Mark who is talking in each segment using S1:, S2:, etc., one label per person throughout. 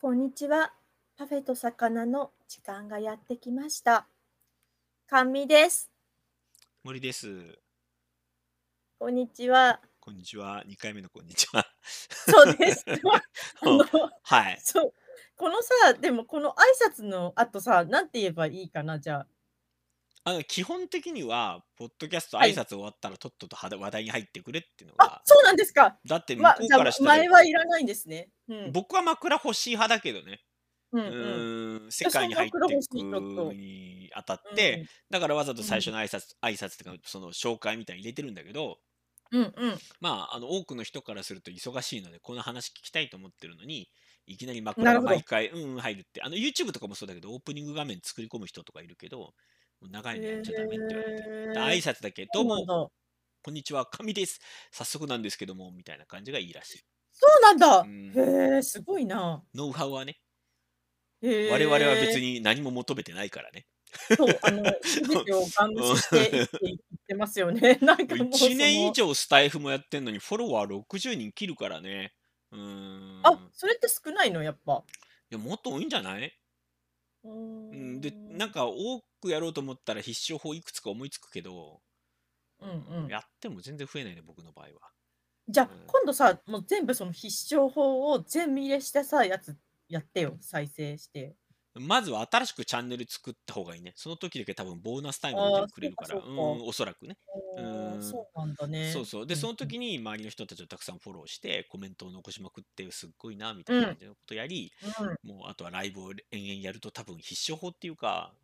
S1: こんにちは。パフェと魚の時間がやってきました。甘味です。
S2: 森です。
S1: こんにちは。
S2: こんにちは。2回目のこんにちは。
S1: そう です。あの
S2: はい。
S1: そう。このさ、でもこの挨拶の後さ、なんて言えばいいかな、じゃあ。
S2: あの基本的には、ポッドキャスト
S1: はい
S2: 挨拶終わったらとっとと話話題に入ってくれっていうの
S1: あ
S2: が、、
S1: そうなんですか。
S2: だって向
S1: ま
S2: こ
S1: あ、
S2: う
S1: じゃ
S2: か
S1: あ
S2: らした
S1: 前
S2: ら、
S1: はいらないんですね。うん。
S2: 僕は枕欲しい派だけどね、
S1: うんう
S2: う
S1: ん
S2: ーん、世界に入っていくにあたって、だからわざと最初の挨拶、挨拶とか、その紹介みたいに入れてるんだけど、
S1: うんうん。
S2: まあ、あの多くの人からすると忙しいので、この話聞きたいと思ってるのに、いきなり
S1: な
S2: 枕
S1: るほ
S2: が
S1: ど
S2: 毎回、うん、うん入るって、あの YouTube とかもそうだけど、オープニング画面作り込む人とかいるけど、もう長いのやっちゃダメって言われて。
S1: え
S2: で挨拶だけ、ど
S1: そう
S2: う
S1: なん
S2: も、
S1: だ。
S2: こんにちは、神です。早速なんですけども、みたいな感じがいいらしい。
S1: そうなんだ
S2: う。ん
S1: へえ、すごいな。
S2: ノウハウはね、
S1: 我
S2: 我々は別に何も求めてないからね。
S1: そう、あの、すべてをガン無視して生きていってますよ ね。なんかもうその。
S2: 1年以上スタイフもやってんのに、フォロワー60人切るからね。うーん。
S1: あ、それって少ないの、やっぱ。
S2: いや、もっと多いんじゃないうん、でなん
S1: か、
S2: か多くやろうと思ったら必勝法いくつか思いつくけど、
S1: うんうん、
S2: やっても全然増えないね僕の場合は
S1: じゃあ、
S2: うん
S1: 今度さ、もう全部その必勝法を全部入れしたさ、やつやってよ、再生して。
S2: まずは新しくチャンネル作った方がいいねその時だけ多分ボーナスタイム
S1: あー
S2: がくれるから
S1: そううかそうか
S2: んおそらくね
S1: お
S2: う
S1: ー
S2: ん
S1: そうなんだね。
S2: そうそうでその時
S1: に、
S2: に周りの人たちをたくさんフォローしてコメントを残しまくってすっごいなみたいな感じのことやり、
S1: うん
S2: もうあとはライブを延々やると多分必勝法っていうか、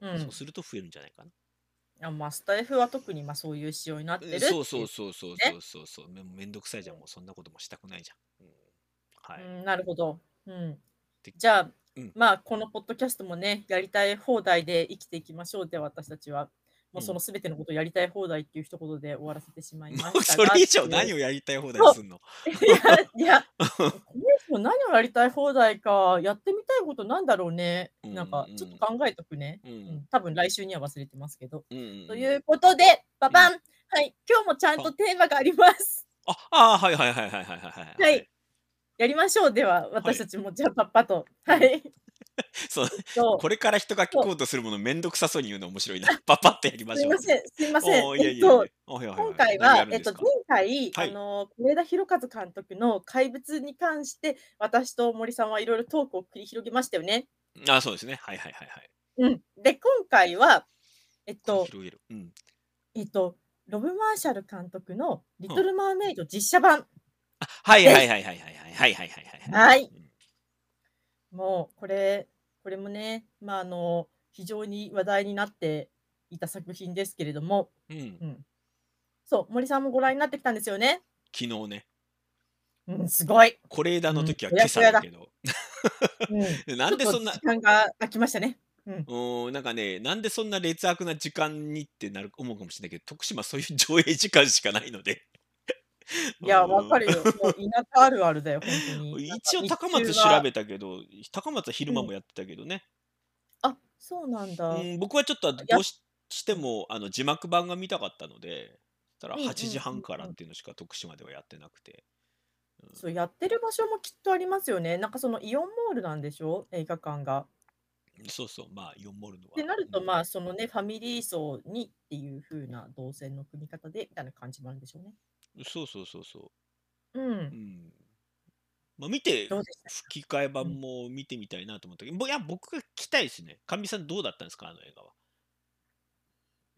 S2: うん
S1: うん
S2: そうすると増えるんじゃないかな、
S1: あまあ、スタイフは特にまあそういう仕様になってる
S2: う
S1: ってい
S2: ん
S1: う
S2: そうそうそうそうそうそうそうめめんどくさいじゃんもうそんなこともしたくないじゃん、うんはい、
S1: うん、なるほど。うん
S2: で、
S1: じゃあ、
S2: うん
S1: まあ、このポッドキャストもね、やりたい放題で生きていきましょうで、私たちは。もうそのすべてのことをやりたい放題っていう一言で終わらせてしまいま
S2: もう
S1: した
S2: そ
S1: が。
S2: れ以上何
S1: を
S2: をやりたい放題すんの
S1: いや、い や、これ以上何をやりたい放題か、やってみたいことなんだろうね。
S2: うん
S1: なんか、ちょっと考えとくね。
S2: うん
S1: うん、多分来週には忘れてますけど。
S2: うんうん
S1: と
S2: うん
S1: いうことで、ババン、はい、今日もちゃんと
S2: あ
S1: テーマがあります。
S2: ああーはいはいはいはいはいはい
S1: はい。やりましょう。では、私たちもじゃあパッパと。は
S2: はい
S1: い。
S2: そう
S1: そう
S2: これから人が聞こうとするものめんどくさそうに言うの面白いなパパッとやりますし
S1: い
S2: ょう
S1: ません、すいません。
S2: おーいや
S1: えっ
S2: いやいや
S1: と、
S2: おはいはいはい
S1: 今回
S2: 何や
S1: は、
S2: るん
S1: えっ
S2: です
S1: と、
S2: か
S1: 前回、
S2: はい
S1: あの、是枝裕和監督の怪物に関して、私と森さんはいろいろトークを繰り広げましたよね。
S2: あそうですねはいはいはいはい
S1: うん。で、今回は、えっと、
S2: 広げるうん
S1: えっと、ロブ・マーシャル監督のリトル・マーメイド実写版。
S2: あはいはいはいはいはいはいはいはい
S1: は
S2: はい
S1: もう、これ、これもね、まあ、あの、非常に話題になっていた作品ですけれども、
S2: うんうん
S1: うん。そう、森さんもご覧になってきたんですよね。
S2: 昨日ね
S1: うん、すごい。
S2: 是枝の時は
S1: うん
S2: 今朝だけど、
S1: うん
S2: なんでそんな
S1: ちょっと時間が空きましたね。うん、
S2: うんなんかねなんでそんな劣悪な時間にってなる思うかもしれないけど徳島そういう 上映時間しかないので
S1: いや、
S2: うん
S1: わかるよ。もう田舎あるあるだよ、本当に。
S2: 一応
S1: なんか
S2: 高松
S1: 日中は
S2: 調べたけど高松は昼間もやってたけどね、
S1: あ、そうなんだ。
S2: うん僕はちょっとどうししてもあの字幕版が見たかったのでそしたら
S1: うんうん
S2: 8時半か
S1: う
S2: ら
S1: んうん
S2: っていうのしか徳島ではやってなくて、うん
S1: そうやってる場所もきっとありますよね。なんかそのイオンモールなんでしょ映画館が。
S2: そうそうまあ4モルのは
S1: ってなると、ま
S2: あ
S1: あ、そのね、ファミリー層にっていう風な動線の組み方でみたいな感じもあるんでしょうね。。
S2: そうそうそうそうううんんまあ見て
S1: どうでした
S2: 吹き替え版も見てみたいなと思ったけど、ぼいや僕が期待ですねかみさんどうだったんですかあの映画は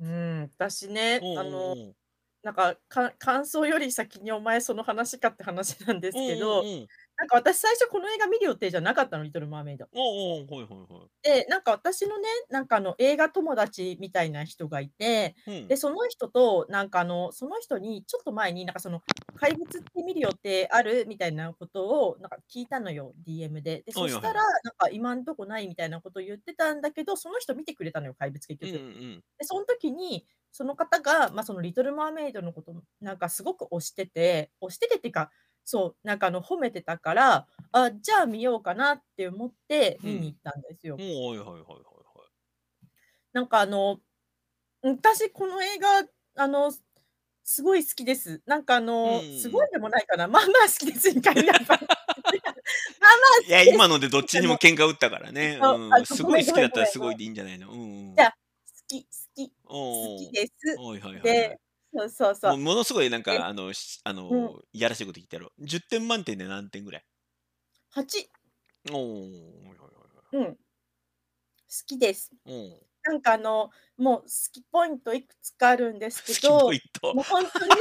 S1: うん、私ね、
S2: おうおうおう
S1: あの、なんかか、感想より先にお前その話かって話なんですけど、
S2: おうおう
S1: なんか私最初この映画見る予定じゃなかったの、リトル・マーメイド。
S2: おうおうはいはいは
S1: で、なんか私のね、なんかあの映画友達みたいな人がいて、
S2: いうん
S1: で、その人と、なんかあの、その人にちょっと前に、なんかその、怪物って見る予定あるみたいなことを、なんか聞いたのよ、DM で。で、そ
S2: はいはいはい
S1: したら、なんか今んとこないみたいなこと言ってたんだけど、その人見てくれたのよ、怪物結
S2: うん
S1: 局。
S2: うん
S1: で、その時に、その方が、まあ、そのリトル・マーメイドのこと、なんかすごく推してて、推しててっていうか、そう、なんかあの、褒めてたから、あ、じゃあ見ようかなって思って見に行ったんですよ。
S2: うんおうはいはいはいはいはい
S1: なんかあの、私この映画、あの、すごい好きです。なんかあの、
S2: うん
S1: すごいでもないかな。まあまあ好きです、2回目は。まあ
S2: いや、今のでどっちにも喧嘩打ったか らね。
S1: あ
S2: う
S1: あ
S2: ん、すごい好きだったらすご
S1: ごめんごめんごめん
S2: いでいいんじゃないのうんうん。
S1: じゃあ好き、好き、
S2: お
S1: 好
S2: ー
S1: きです。
S2: はいはいはいはい
S1: で、そうそうそ
S2: もう
S1: う。
S2: ものすごいなん
S1: で
S2: か、あの、しあの、
S1: うん
S2: いやらしいこと言ってやろう。10点満点で何点ぐらい
S1: 八、
S2: おお、はいはいは
S1: う
S2: い
S1: ん、好きです。
S2: はい。おー
S1: なんかあの、もう好きポイントいくつかあるんですけ
S2: スキ
S1: ど、
S2: ポイント。
S1: もう本当に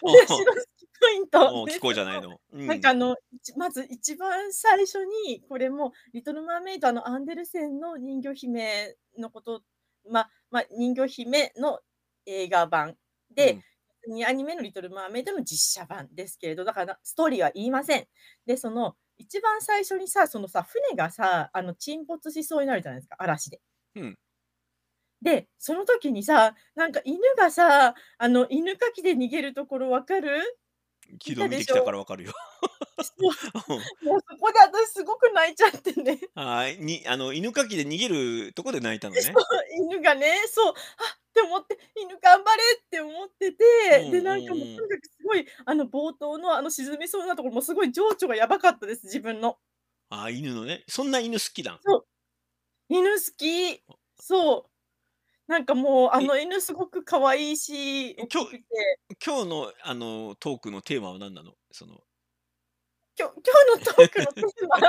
S2: お
S1: 私の好
S2: ー
S1: きポイント
S2: おー、
S1: です
S2: 聞こうじゃないの。うん。
S1: なんかあの、一まず一番最初に、これも、リトル・マーメイドあのアンデルセンの人魚姫のこと、まあ、まあ、人魚姫の映画版で、にアニメのリトル・マーメイドの実写版ですけれど、だからストーリーは言いません。で、その、一番最初にさ、そのさ、船がさ、あの沈没しそうになるじゃないですか、嵐で。
S2: うん。うん。
S1: で、その時にさ、なんか犬がさ、あの犬かきで逃げるところわかる
S2: 昨日見てきたからわかるよ。
S1: もうそこで私すごく泣いちゃってね。
S2: はい。に、あの、犬かきで逃げるとこで泣いたのね。
S1: 犬がねそうあって思って犬頑張れって思ってて、
S2: うん
S1: でなんかもうと
S2: うん
S1: に
S2: う
S1: か
S2: ん
S1: くすごいあの冒頭のあの沈みそうなところもすごい情緒がやばかったです自分の
S2: ああ、犬のね。そんな犬好きだ。
S1: 犬好きそうなんかもうあの犬すごく可愛いし
S2: え
S1: 大
S2: きょ
S1: きくて
S2: 今日の、あの、トークのテーマは何なのその、
S1: きょ今日のトークのテー マ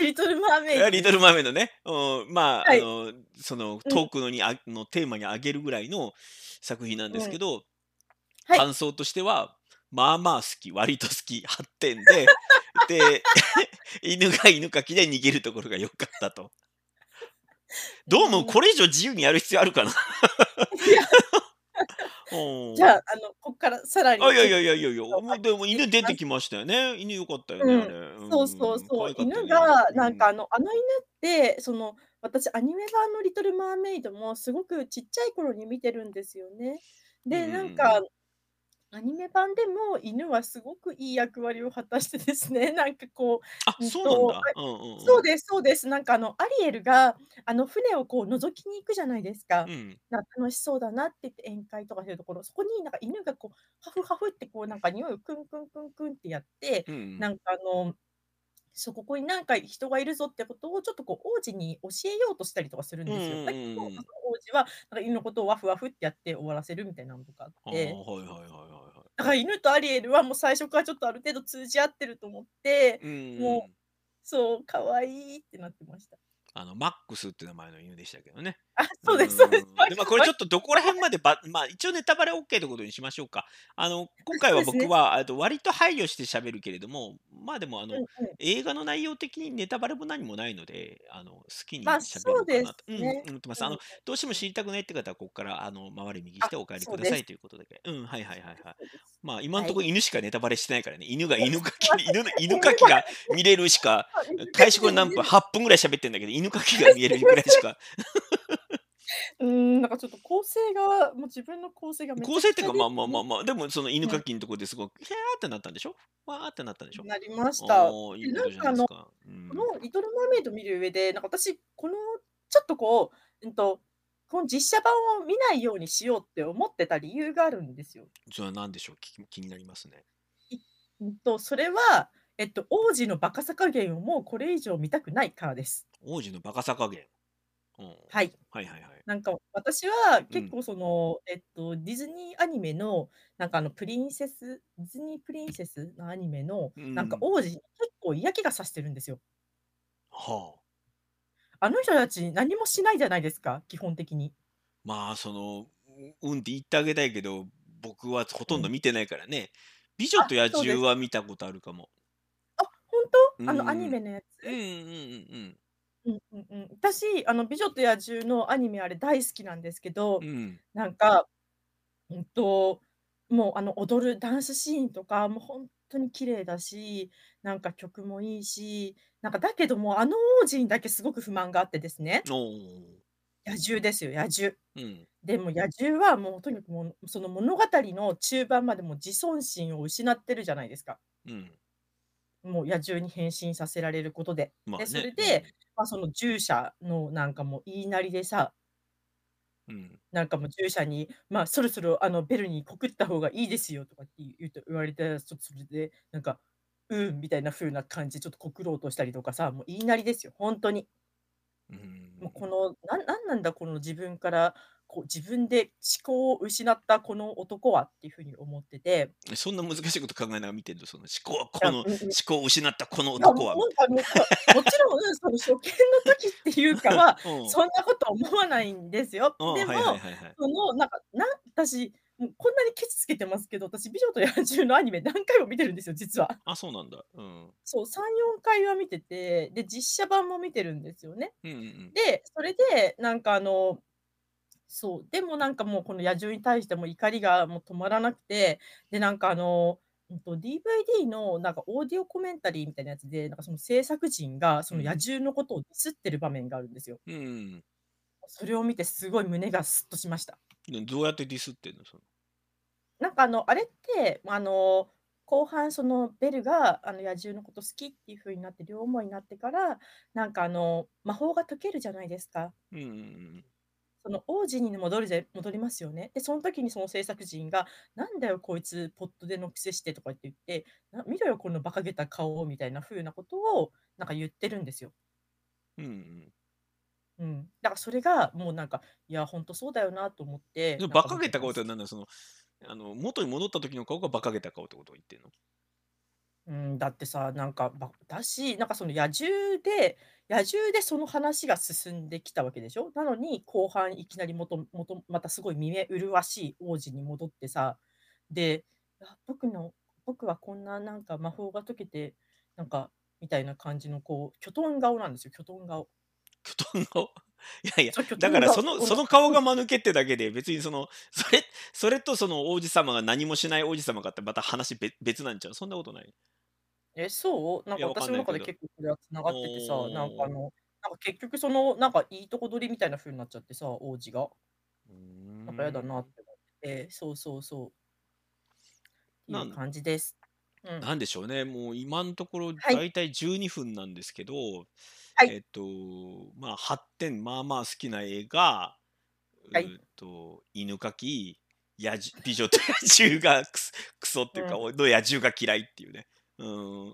S1: リトル・マーメイド
S2: あリトル・マーメイドね。うんまあ、
S1: はい
S2: あの、その
S1: うん
S2: トークのにあのテーマにあげるぐらいの作品なんですけど、
S1: はい
S2: 感想としては、まあまあ好き、割と好き、8点 で、で、 犬が犬かきで逃げるところが良かったと。どう思うこれ以上自由にやる必要あるかな
S1: じゃ
S2: あ
S1: ああのここからさらに
S2: あいやいやいやいやいや、もうでも
S1: いて
S2: 犬
S1: いき
S2: 出
S1: ま
S2: て
S1: す
S2: きましたよね。犬良かったよね、
S1: う
S2: あ
S1: ん
S2: れ。ん
S1: そうそうそう、
S2: 可愛かったよ
S1: 犬
S2: ね
S1: がなんか
S2: う
S1: あのあの犬ってその私アニメ版の「リトル・マーメイド」もすごくちっちゃい頃に見てるんですよね。
S2: ん
S1: で
S2: うんうん
S1: な
S2: うん
S1: んかアニメ版でも犬はすごくいい役割を果たしてですねなんかこ
S2: あ、
S1: う、うん
S2: そうなん
S1: と
S2: だ。うんうんうん。
S1: そうですそうですなんかあのアリエルがあの船をこう覗きに行くじゃないですか。
S2: うん。
S1: なんか楽しそうだなって言って宴会とかするところそこになんか犬がこうハフハフってこうなんか匂いをクンクンクンクンってやって
S2: うんうん。
S1: なんかあの、そうここになんか人がいるぞってことをちょっとこう王子に教えようとしたりとかするんですよ。だけど、
S2: うんうんうんうん
S1: その王子はなんか犬のことをワフワフってやって終わらせるみたいなのとかあっ
S2: ああ、はい
S1: て、
S2: はいはいはいは
S1: だから犬とアリエルはもう最初からちょっとある程度通じ合ってると思って、
S2: い。うんうんう
S1: も
S2: ん。
S1: そう、可愛いってなってました。
S2: あの、マックスって名前の犬でしたけどね。
S1: あ、そうです、そうです。
S2: んで、まあ、これちょっとどこら辺までば、まあ、一応ネタバレ OK ということにしましょうか。あの、今回
S1: そう
S2: は
S1: です
S2: 僕
S1: ね。
S2: は、あと割と配慮して喋るけれども、まあでも、あ
S1: うん
S2: の、
S1: うん、
S2: 映画の内容的にネタバレも何もないので、あの、好き
S1: ま
S2: に
S1: あ、
S2: 喋
S1: そ
S2: ろ
S1: う
S2: うか
S1: で
S2: なと、
S1: す
S2: うん、
S1: ね。
S2: 思ってます。
S1: う
S2: あの、
S1: ん、
S2: どうしても知りたくないって方は、ここから、あの、回り右し
S1: あ、
S2: てお帰り
S1: そ
S2: く
S1: う
S2: だ
S1: で
S2: さ
S1: す。
S2: いということだけ。うん、はいはいはいはい。
S1: そうです
S2: まあ今の
S1: は
S2: と
S1: い。
S2: ころ犬しかネタバレしてないからね。犬が犬かき、
S1: まあ
S2: 犬の犬
S1: 犬
S2: かき
S1: が
S2: が見れるしか、
S1: 犬か
S2: 開始
S1: き
S2: 後
S1: で逃
S2: 何
S1: げ
S2: 分
S1: る。
S2: ?8 分ぐらい喋ってんだけど、犬かきが見えるぐらいしか。
S1: うーん、なんかちょっと構成が、もう自分の構成がめち
S2: 構
S1: ゃ
S2: 成
S1: く
S2: って
S1: ち
S2: いう
S1: ゃ
S2: か
S1: で
S2: まあ
S1: す
S2: まあま
S1: ね。
S2: あまあ、でもその犬
S1: う
S2: か
S1: ん
S2: きのとこですごく、ひゃーってなったんでしょわーってなったんでしょ
S1: なりました。
S2: おー、いい
S1: で
S2: こ
S1: な
S2: と
S1: ん
S2: じゃな
S1: かあ
S2: いです
S1: の、
S2: か。う
S1: こ
S2: ん。
S1: のリトル・マーメイド見る上で、なんか私、この、ちょっとこう、うんと、この実写版を見ないようにしようって思ってた理由があるんですよ。
S2: それは何でしょう気気になりますね。
S1: いうんと、それは、えっと、王子のバカさ加減をもうこれ以上見たくないからです。
S2: 王子のバカさ加減。うん。
S1: はい。
S2: はいはいはい。
S1: なんか私は
S2: う
S1: 結
S2: ん。
S1: 構その、えっと、ディズニーアニメのなんかあのプリンセスディズニープリンセスのアニメの
S2: う
S1: なんか
S2: ん。
S1: 王子に結構嫌気がさしてるんですよ。
S2: はあ。
S1: あの人たち何もしないじゃないですか基本的に。
S2: まあそのううんって言ってあげたいけど僕はほ
S1: う
S2: とんど
S1: ん、
S2: 見てないからね「美女
S1: あ
S2: と野
S1: そうで
S2: 獣」
S1: す。
S2: は見たことあるかも
S1: あ本
S2: う
S1: 当あのアニ
S2: ん
S1: メのやつ
S2: うんうんうん
S1: うんうんうん、私あの「美女と野獣」のアニメあれ大好きなんですけ
S2: う
S1: ど
S2: んうん
S1: なんか、うんと、もうあの踊るダンスシーンとかもう本当に綺麗だしなんか曲もいいしなんかだけどもあの王子にだけすごく不満があってですね
S2: おお
S1: 野獣ですよ野獣。
S2: ーうん
S1: でも野獣はもうとにかくもうその物語の中盤までもう自尊心を失ってるじゃないですか。
S2: うん
S1: もう野獣に変身させられることで。
S2: ま
S1: で、
S2: あ
S1: そ
S2: ね
S1: れ
S2: う
S1: で、
S2: ん
S1: まあ、その従者のなんかもう言いなりでさ、
S2: うん
S1: なんかもう従者に、まあ、そろそろあのベルに告った方がいいですよとかって言うと言われて、そそれで、なんか、うん、みたいな風な感じ、ちょっと告ろうとしたりとかさ、もう言いなりですよ、本当に。
S2: うん
S1: もうこの、なんなんなんだ、この自分からこう、自分で思考を失ったこの男はっていう風に思ってて、
S2: そんな難しいこと考えながら見てると、その思考は
S1: あ
S2: この、
S1: うんうん
S2: 思考を失ったこの
S1: いやも
S2: 男は。
S1: うあのそうもちろん、その初見の時っていうかは、
S2: うん
S1: そんなこと思わないんですよ。
S2: うん
S1: でも、
S2: はいはいはいはい。
S1: そのなんかなん私もうこんなにケチつけてますけど私「美女と野獣」のアニメ何回も見てるんですよ実は。
S2: あ、そうなんだ。うん。
S1: そう34回は見ててで実写版も見てるんですよね。
S2: うんうんうん。
S1: でそれでなんかあのそうでもなんかもうこの野獣に対しても怒りがもう止まらなくてでなんかあのうんと DVD のなんかオーディオコメンタリーみたいなやつでなんかその制作人がその野獣のことをディスってる場面があるんですよ。
S2: うん
S1: それを見てすごい胸がスッとしました。
S2: うん。どうやってディスってんのその
S1: なんかあのあれってあの後半そのベルがあの野獣のこと好きっていう風になって両思いになってからなんかあの魔法が解けるじゃないですか。
S2: うんうんうん。
S1: その王子に戻るぜ戻りますよね。でその時にその制作人が「なんだよこいつポットでのくせして」とか言って言ってな「見ろよこの馬鹿げた顔を」みたいな風なことをなんか言ってるんですよ。
S2: うんうん
S1: うん、だからそれがもうなんかいや本当そうだよなと思ってな
S2: でも。
S1: んか
S2: 馬鹿げた顔って何だそのあの元に戻った時の顔が馬鹿げた顔ってことを言ってんの
S1: うん、だってさなんかばだしなんかその野獣で野獣でその話が進んできたわけでしょなのに後半いきなりもともとまたすごい見目麗しい王子に戻ってさであ僕の僕はこんななんか魔法が解けてなんかみたいな感じのこうキョトン顔なんですよキョトン顔。
S2: 巨ト ン顔いやいや
S1: そうキョト
S2: だ
S1: ン
S2: から
S1: 顔
S2: そ
S1: そう
S2: の
S1: な
S2: その顔が間抜けってだけで別にそのそれそれとその王子様が何もしない王子様かってまた話別別なんちゃうそんなことない
S1: え、そうなん
S2: いや
S1: か
S2: わか
S1: 私
S2: ん
S1: の
S2: ない
S1: 中で
S2: けど
S1: 結構これはつながっててさ、なんか
S2: おー
S1: あの、なんか結局その、なんかいいとこ取りみたいな風になっちゃってさ、王子が。なんかやだなって思ってて、そうそうそう。ってい
S2: な
S1: うん感じです。うん、
S2: なんでしょうね、もう今のところ
S1: はい
S2: 大体12分なんですけど、
S1: はい
S2: えっと、まあ、8点、まあまあ好きな映画、
S1: はいう
S2: ーっと、犬かき、野獣美女と野獣がクソクソっていうか、
S1: う
S2: おの野獣が嫌いっていうね。うん、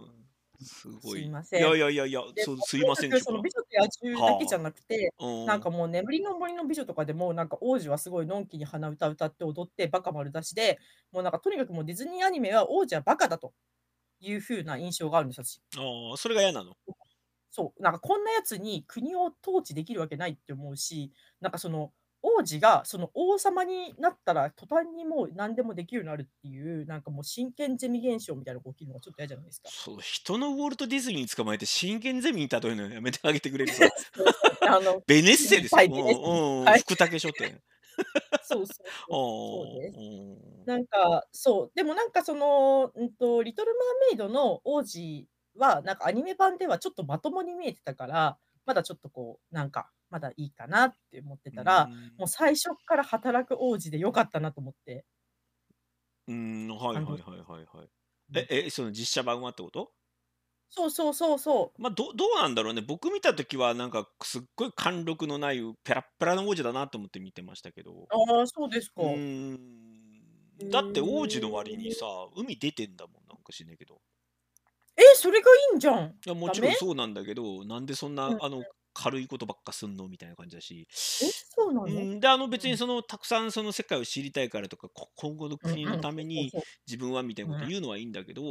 S2: すごい。
S1: すいません
S2: やいやいやいや、
S1: で
S2: そう
S1: まあ
S2: すいません
S1: とにかく
S2: でし
S1: その
S2: ょ
S1: 美女と野獣だけじゃなくて、
S2: うか。
S1: なんかもう眠りの森の美女とかでも、なんか王子はすごいのんきに鼻歌歌って踊ってバカ丸出しで、もうなんかとにかくもうディズニーアニメは王子はバカだという風な印象があるんです私
S2: うん、ああ、それが嫌なの。
S1: そう、なんかこんなやつに国を統治できるわけないって思うし、なんかその王子がその王様になったら途端にもう何でもできるようになるっていう、なんかもう真剣ゼミ現象みたいなのが起きるのがちょっと嫌じゃないですか。
S2: そう、人のウォルト・ディズニーに捕まえて真剣ゼミに例えるのやめてあげてく れるさ。
S1: あの
S2: ベネッセですよ。
S1: は
S2: う
S1: いベネッセ
S2: んうん、
S1: はい
S2: 福武書店。
S1: そうそう
S2: あ
S1: そう
S2: ー
S1: そうです。
S2: うん
S1: なんかそうでもなんかその、うんと「リトル・マーメイド」の王子はなんかアニメ版ではちょっとまともに見えてたからまだちょっとこうなんかまだいいかなって思ってたら、もう最初から働く王子でよかったなと思って。
S2: うん、うんはいは
S1: あ
S2: い
S1: の
S2: はいはいはい。え、え、その実写版はってこと
S1: そうそうそうそ
S2: まあ、どどうなんだろうね。僕見たときは、なんか、すっごい貫禄のない、ペラッペラの王子だなと思って見てましたけど。
S1: う。ああ、そうですか。
S2: う。
S1: うんへ
S2: だって王子の割に
S1: ー
S2: さ、海出てんだもん、なんか知んないけど。
S1: え、それがいいんじゃん。
S2: いやも
S1: ダ
S2: ちろん
S1: メ
S2: そうなんだけど、なんでそん
S1: う
S2: な、
S1: ん
S2: あの、軽いことばっかすんのみたいな感じだし。
S1: え、そうなの
S2: う
S1: うん
S2: ん、であの別
S1: う
S2: に
S1: ん
S2: そのたくさんその世界を知りたいからとかこ今後の
S1: うん、
S2: 国のため
S1: そう
S2: に
S1: そうそう。
S2: 自分はみたいなこと
S1: うん
S2: 言うのはいいんだけど、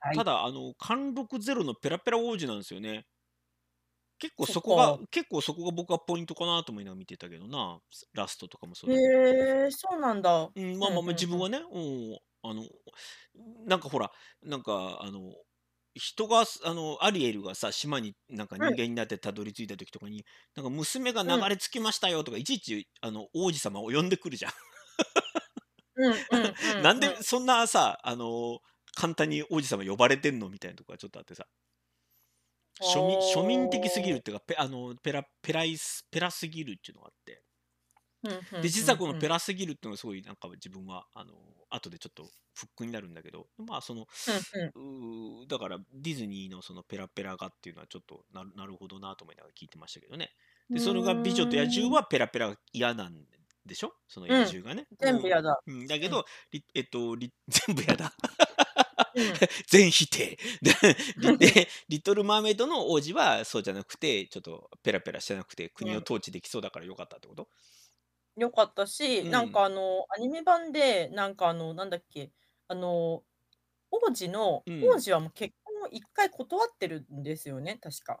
S1: は
S2: た
S1: い。
S2: だあの貫禄ゼロのペラペラ王子なんですよね結構
S1: そっ
S2: そこが
S1: か。
S2: 結構そこが僕はポイントかなと思いながら見てたけどなラストとかもそうだけど、
S1: へえ、そうなんだ。
S2: うん、
S1: う
S2: まあ
S1: んう
S2: まあ
S1: ん
S2: まあ自
S1: う
S2: 分
S1: ん。
S2: はね、うん、あのなんかほらなんかあの人がすあのアリエルがさ島になんか
S1: う
S2: 人
S1: ん
S2: 間になってたどり着いた時とかになんか娘が流
S1: うん
S2: れ着きましたよとかいちいちあの王子様を呼んでくるじゃん
S1: うんうんうん
S2: なん
S1: うん。
S2: でそんなさ、あのー簡単に王子様呼ばれてんのみたいなとこがちょっとあってさ、庶民庶民的すぎるっ
S1: おー。
S2: ていうか、ペあのーペラペライスペラすぎるっていうのがあって、
S1: うんうん
S2: で、実はこ
S1: う
S2: の
S1: んう
S2: ペ
S1: ん。
S2: ラすぎるっていうのがすごいなんか自分は、あのー後でちょっとフックになるんだけど、まあその、
S1: うんうん。
S2: うーだからディズニーのそのペラペラがっていうのはちょっとなるなるほどなと思いながら聞いてましたけどね。
S1: う
S2: で、それが美女と野
S1: ー
S2: 獣
S1: ん
S2: はペラペラが嫌なんでしょその野
S1: うん。
S2: 獣がね。
S1: 全部
S2: うん
S1: やだ。
S2: うん、だけ
S1: うん。
S2: ど、りえっと、り全部やだ。全否定で で「リトル・マーメイド」の王子はそうじゃなくてちょっとペラペラしてなくて国を統治できそうだからよかったってこと
S1: よかったし、
S2: う
S1: なん
S2: ん
S1: かあの、アニメ版で、なんかあの、なんだっけ、あの、王子の、
S2: う
S1: 王
S2: ん
S1: 子はもう結婚を一回断ってるんですよね、確か。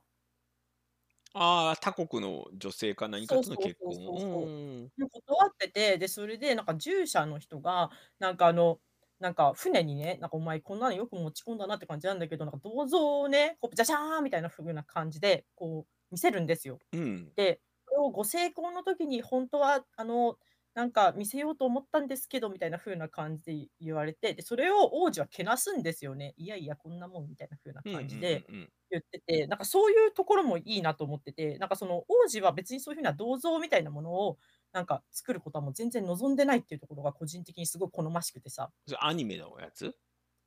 S2: ああ他国の女性か何か
S1: そう
S2: との
S1: そう
S2: 結
S1: そうそう
S2: 婚
S1: そう。
S2: をうん
S1: で断ってて、で、それで、なんか従者の人が、なんかあの、なんか船にね、なんかお前こんなのよく持ち込んだなって感じなんだけど、なんか銅像をね、こう、じゃしゃーんみたいな風な感じで、こう、見せるんですよ。
S2: うん
S1: で、これをご成婚の時に本当はあのなんか見せようと思ったんですけどみたいな風な感じで言われてでそれを王子はけなすんですよねいやいやこんなもんみたいな風な
S2: うんうん
S1: 感じで
S2: うん
S1: 言っててなんかそういうところもいいなと思っててなんかその王子は別にそういうふうな銅像みたいなものをなんか作ることはもう全然望んでないっていうところが個人的にすごい好ましくてさ
S2: それアニメのやつ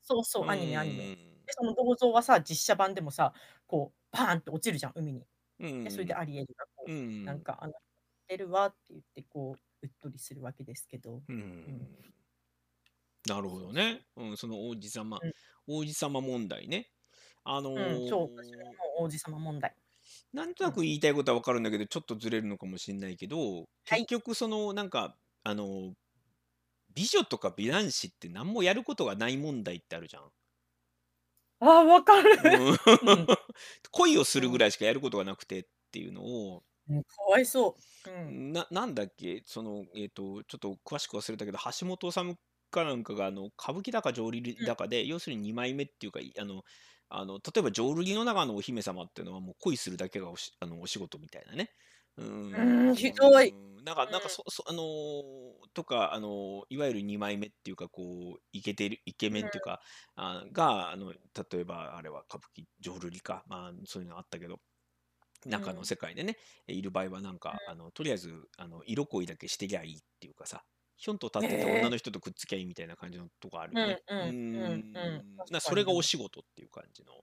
S1: そうそううアニメアニメで
S2: ん
S1: その銅像はさ実写版でもさこうバーンって落ちるじゃん海に
S2: う
S1: で、それで
S2: ん
S1: アリエルがこ
S2: う
S1: う、なん
S2: ん
S1: か、あの、出るわって言って、こう、うっとりするわけですけど。
S2: う
S1: うん。
S2: んなるほ
S1: そうそう
S2: どね、うん、その王子様
S1: そう。
S2: 王子様問題ねあの
S1: うん、うんそう、私
S2: ー
S1: の王子様問題。
S2: なんと
S1: う
S2: なく
S1: ん。
S2: 言いたいことはわかるんだけど、ちょっとずれるのかもしれないけど、
S1: は
S2: 結
S1: い。
S2: 局そのなんか、あの、美女とか美男子って何もやることがない問題ってあるじゃん。
S1: ああ、わかる。
S2: うん
S1: うん。
S2: 恋をす
S1: う
S2: るぐ
S1: ん。
S2: らいしかやることがなくてっていうのを、
S1: うんかわいそう。うん。
S2: な、なんだっけ、その、えっと、ちょっと詳しく忘れたけど、橋本治かなんかが、あの、歌舞伎だか浄瑠璃
S1: うん。
S2: だかで、要するに2枚目っていうか、いあの、あの例えば浄瑠璃の中のお姫様っていうのはもう恋するだけがおしあのお仕事みたいなね。う、
S1: うんーん、ひどい。
S2: うんなんか、
S1: う
S2: なんか
S1: ん。
S2: そ、そ、あのーとか、あのーいわゆる2枚目っていうか、こう、イケてる、イケメンっていうか、あが、あの、例えば、あれは歌舞伎、浄瑠璃か、まあ、そういうのあったけど、
S1: うん。
S2: 中
S1: う
S2: の
S1: ん。
S2: 世界でね、えいる場合はなんか、あの、とりあえず、あの、色恋だけしてりゃいいっていうかさ、ひょんと立ってた女
S1: え
S2: の
S1: え
S2: 人とくっつきゃいいみたいな感じのとこある
S1: う
S2: よ
S1: ん、
S2: ね。
S1: う
S2: うー
S1: ん、うん、うん。
S2: ん、な
S1: 確
S2: そ
S1: か
S2: れ
S1: に
S2: がお
S1: な。
S2: 仕事っていう感じの、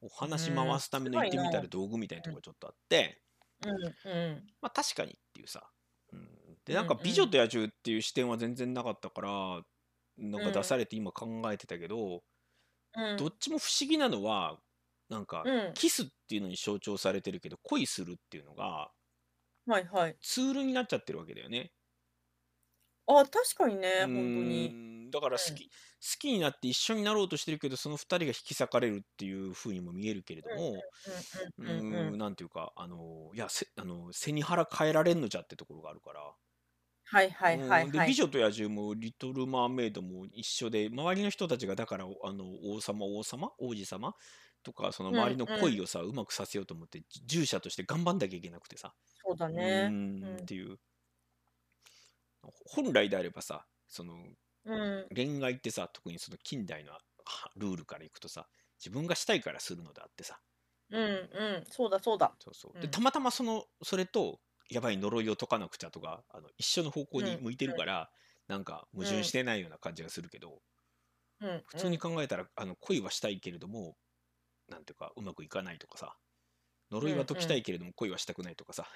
S2: お
S1: う
S2: 話回
S1: ーん、
S2: すため
S1: す
S2: の
S1: ご
S2: 言っ
S1: い
S2: てみた
S1: な。
S2: ら道具みたいなとこがちょっとあって、
S1: うん、う
S2: まあ確かにっていうさ。うん、で、
S1: ん、う
S2: なん
S1: ん、
S2: か
S1: う
S2: 美女
S1: ん、
S2: と野獣っていう視点は全然なかったから、なん
S1: う
S2: か出
S1: ん、
S2: されて今考えてたけど、
S1: う
S2: どっ
S1: ん、
S2: ちも不思議なのは、なんか
S1: うん。
S2: キスっていうのに象徴されてるけど、恋するっていうのが
S1: はい、はい。
S2: ツールになっちゃってるわけだよね。
S1: ああ、確かに
S2: う
S1: ね、本当に。
S2: ーん、だから好
S1: うん、
S2: き、好きになって一緒になろうとしてるけど、その二人が引き裂かれるっていう風にも見えるけれども、う
S1: うん、うん、うん、うん、うん。う
S2: ー
S1: ん
S2: ん、なんていうか、あの、いや、せ、あの、背に腹変えられんのじゃってところがあるから。
S1: はい、はい、はい、
S2: うん、で、
S1: は
S2: 美
S1: い。
S2: 女と野獣も、リトル・マーメイドも一緒で、周りの人たちが、だから、おあの、王様、王様、王子様とか、その
S1: うん、
S2: 周
S1: う
S2: りの
S1: ん。
S2: 恋をさ、うまくさせようと思って、じ従者として頑張んなきゃいけなくてさ、
S1: そうだ
S2: う
S1: ね。う
S2: ーん、っ
S1: ん。
S2: ていう。本来であればさ、その、
S1: うん。
S2: 恋愛ってさ特にその近代のはルールからいくとさ自分がしたいからするのであってさ
S1: うん。うん。そうだ、そうだ。
S2: そうそう
S1: う
S2: で
S1: ん。
S2: たまたまそのそれとやばい呪いを解かなくちゃとかあの一緒の方向
S1: う
S2: に
S1: ん。
S2: 向いてるからなんか矛
S1: う
S2: 盾し
S1: ん。
S2: てないような感じがするけど
S1: うん。
S2: 普
S1: う
S2: 通に
S1: ん。
S2: 考えたらあの恋はしたいけれどもなんていうかうまくいかないとかさ呪
S1: う
S2: い
S1: ん。
S2: は解
S1: う
S2: きた
S1: ん。
S2: いけれども恋はしたくないとかさ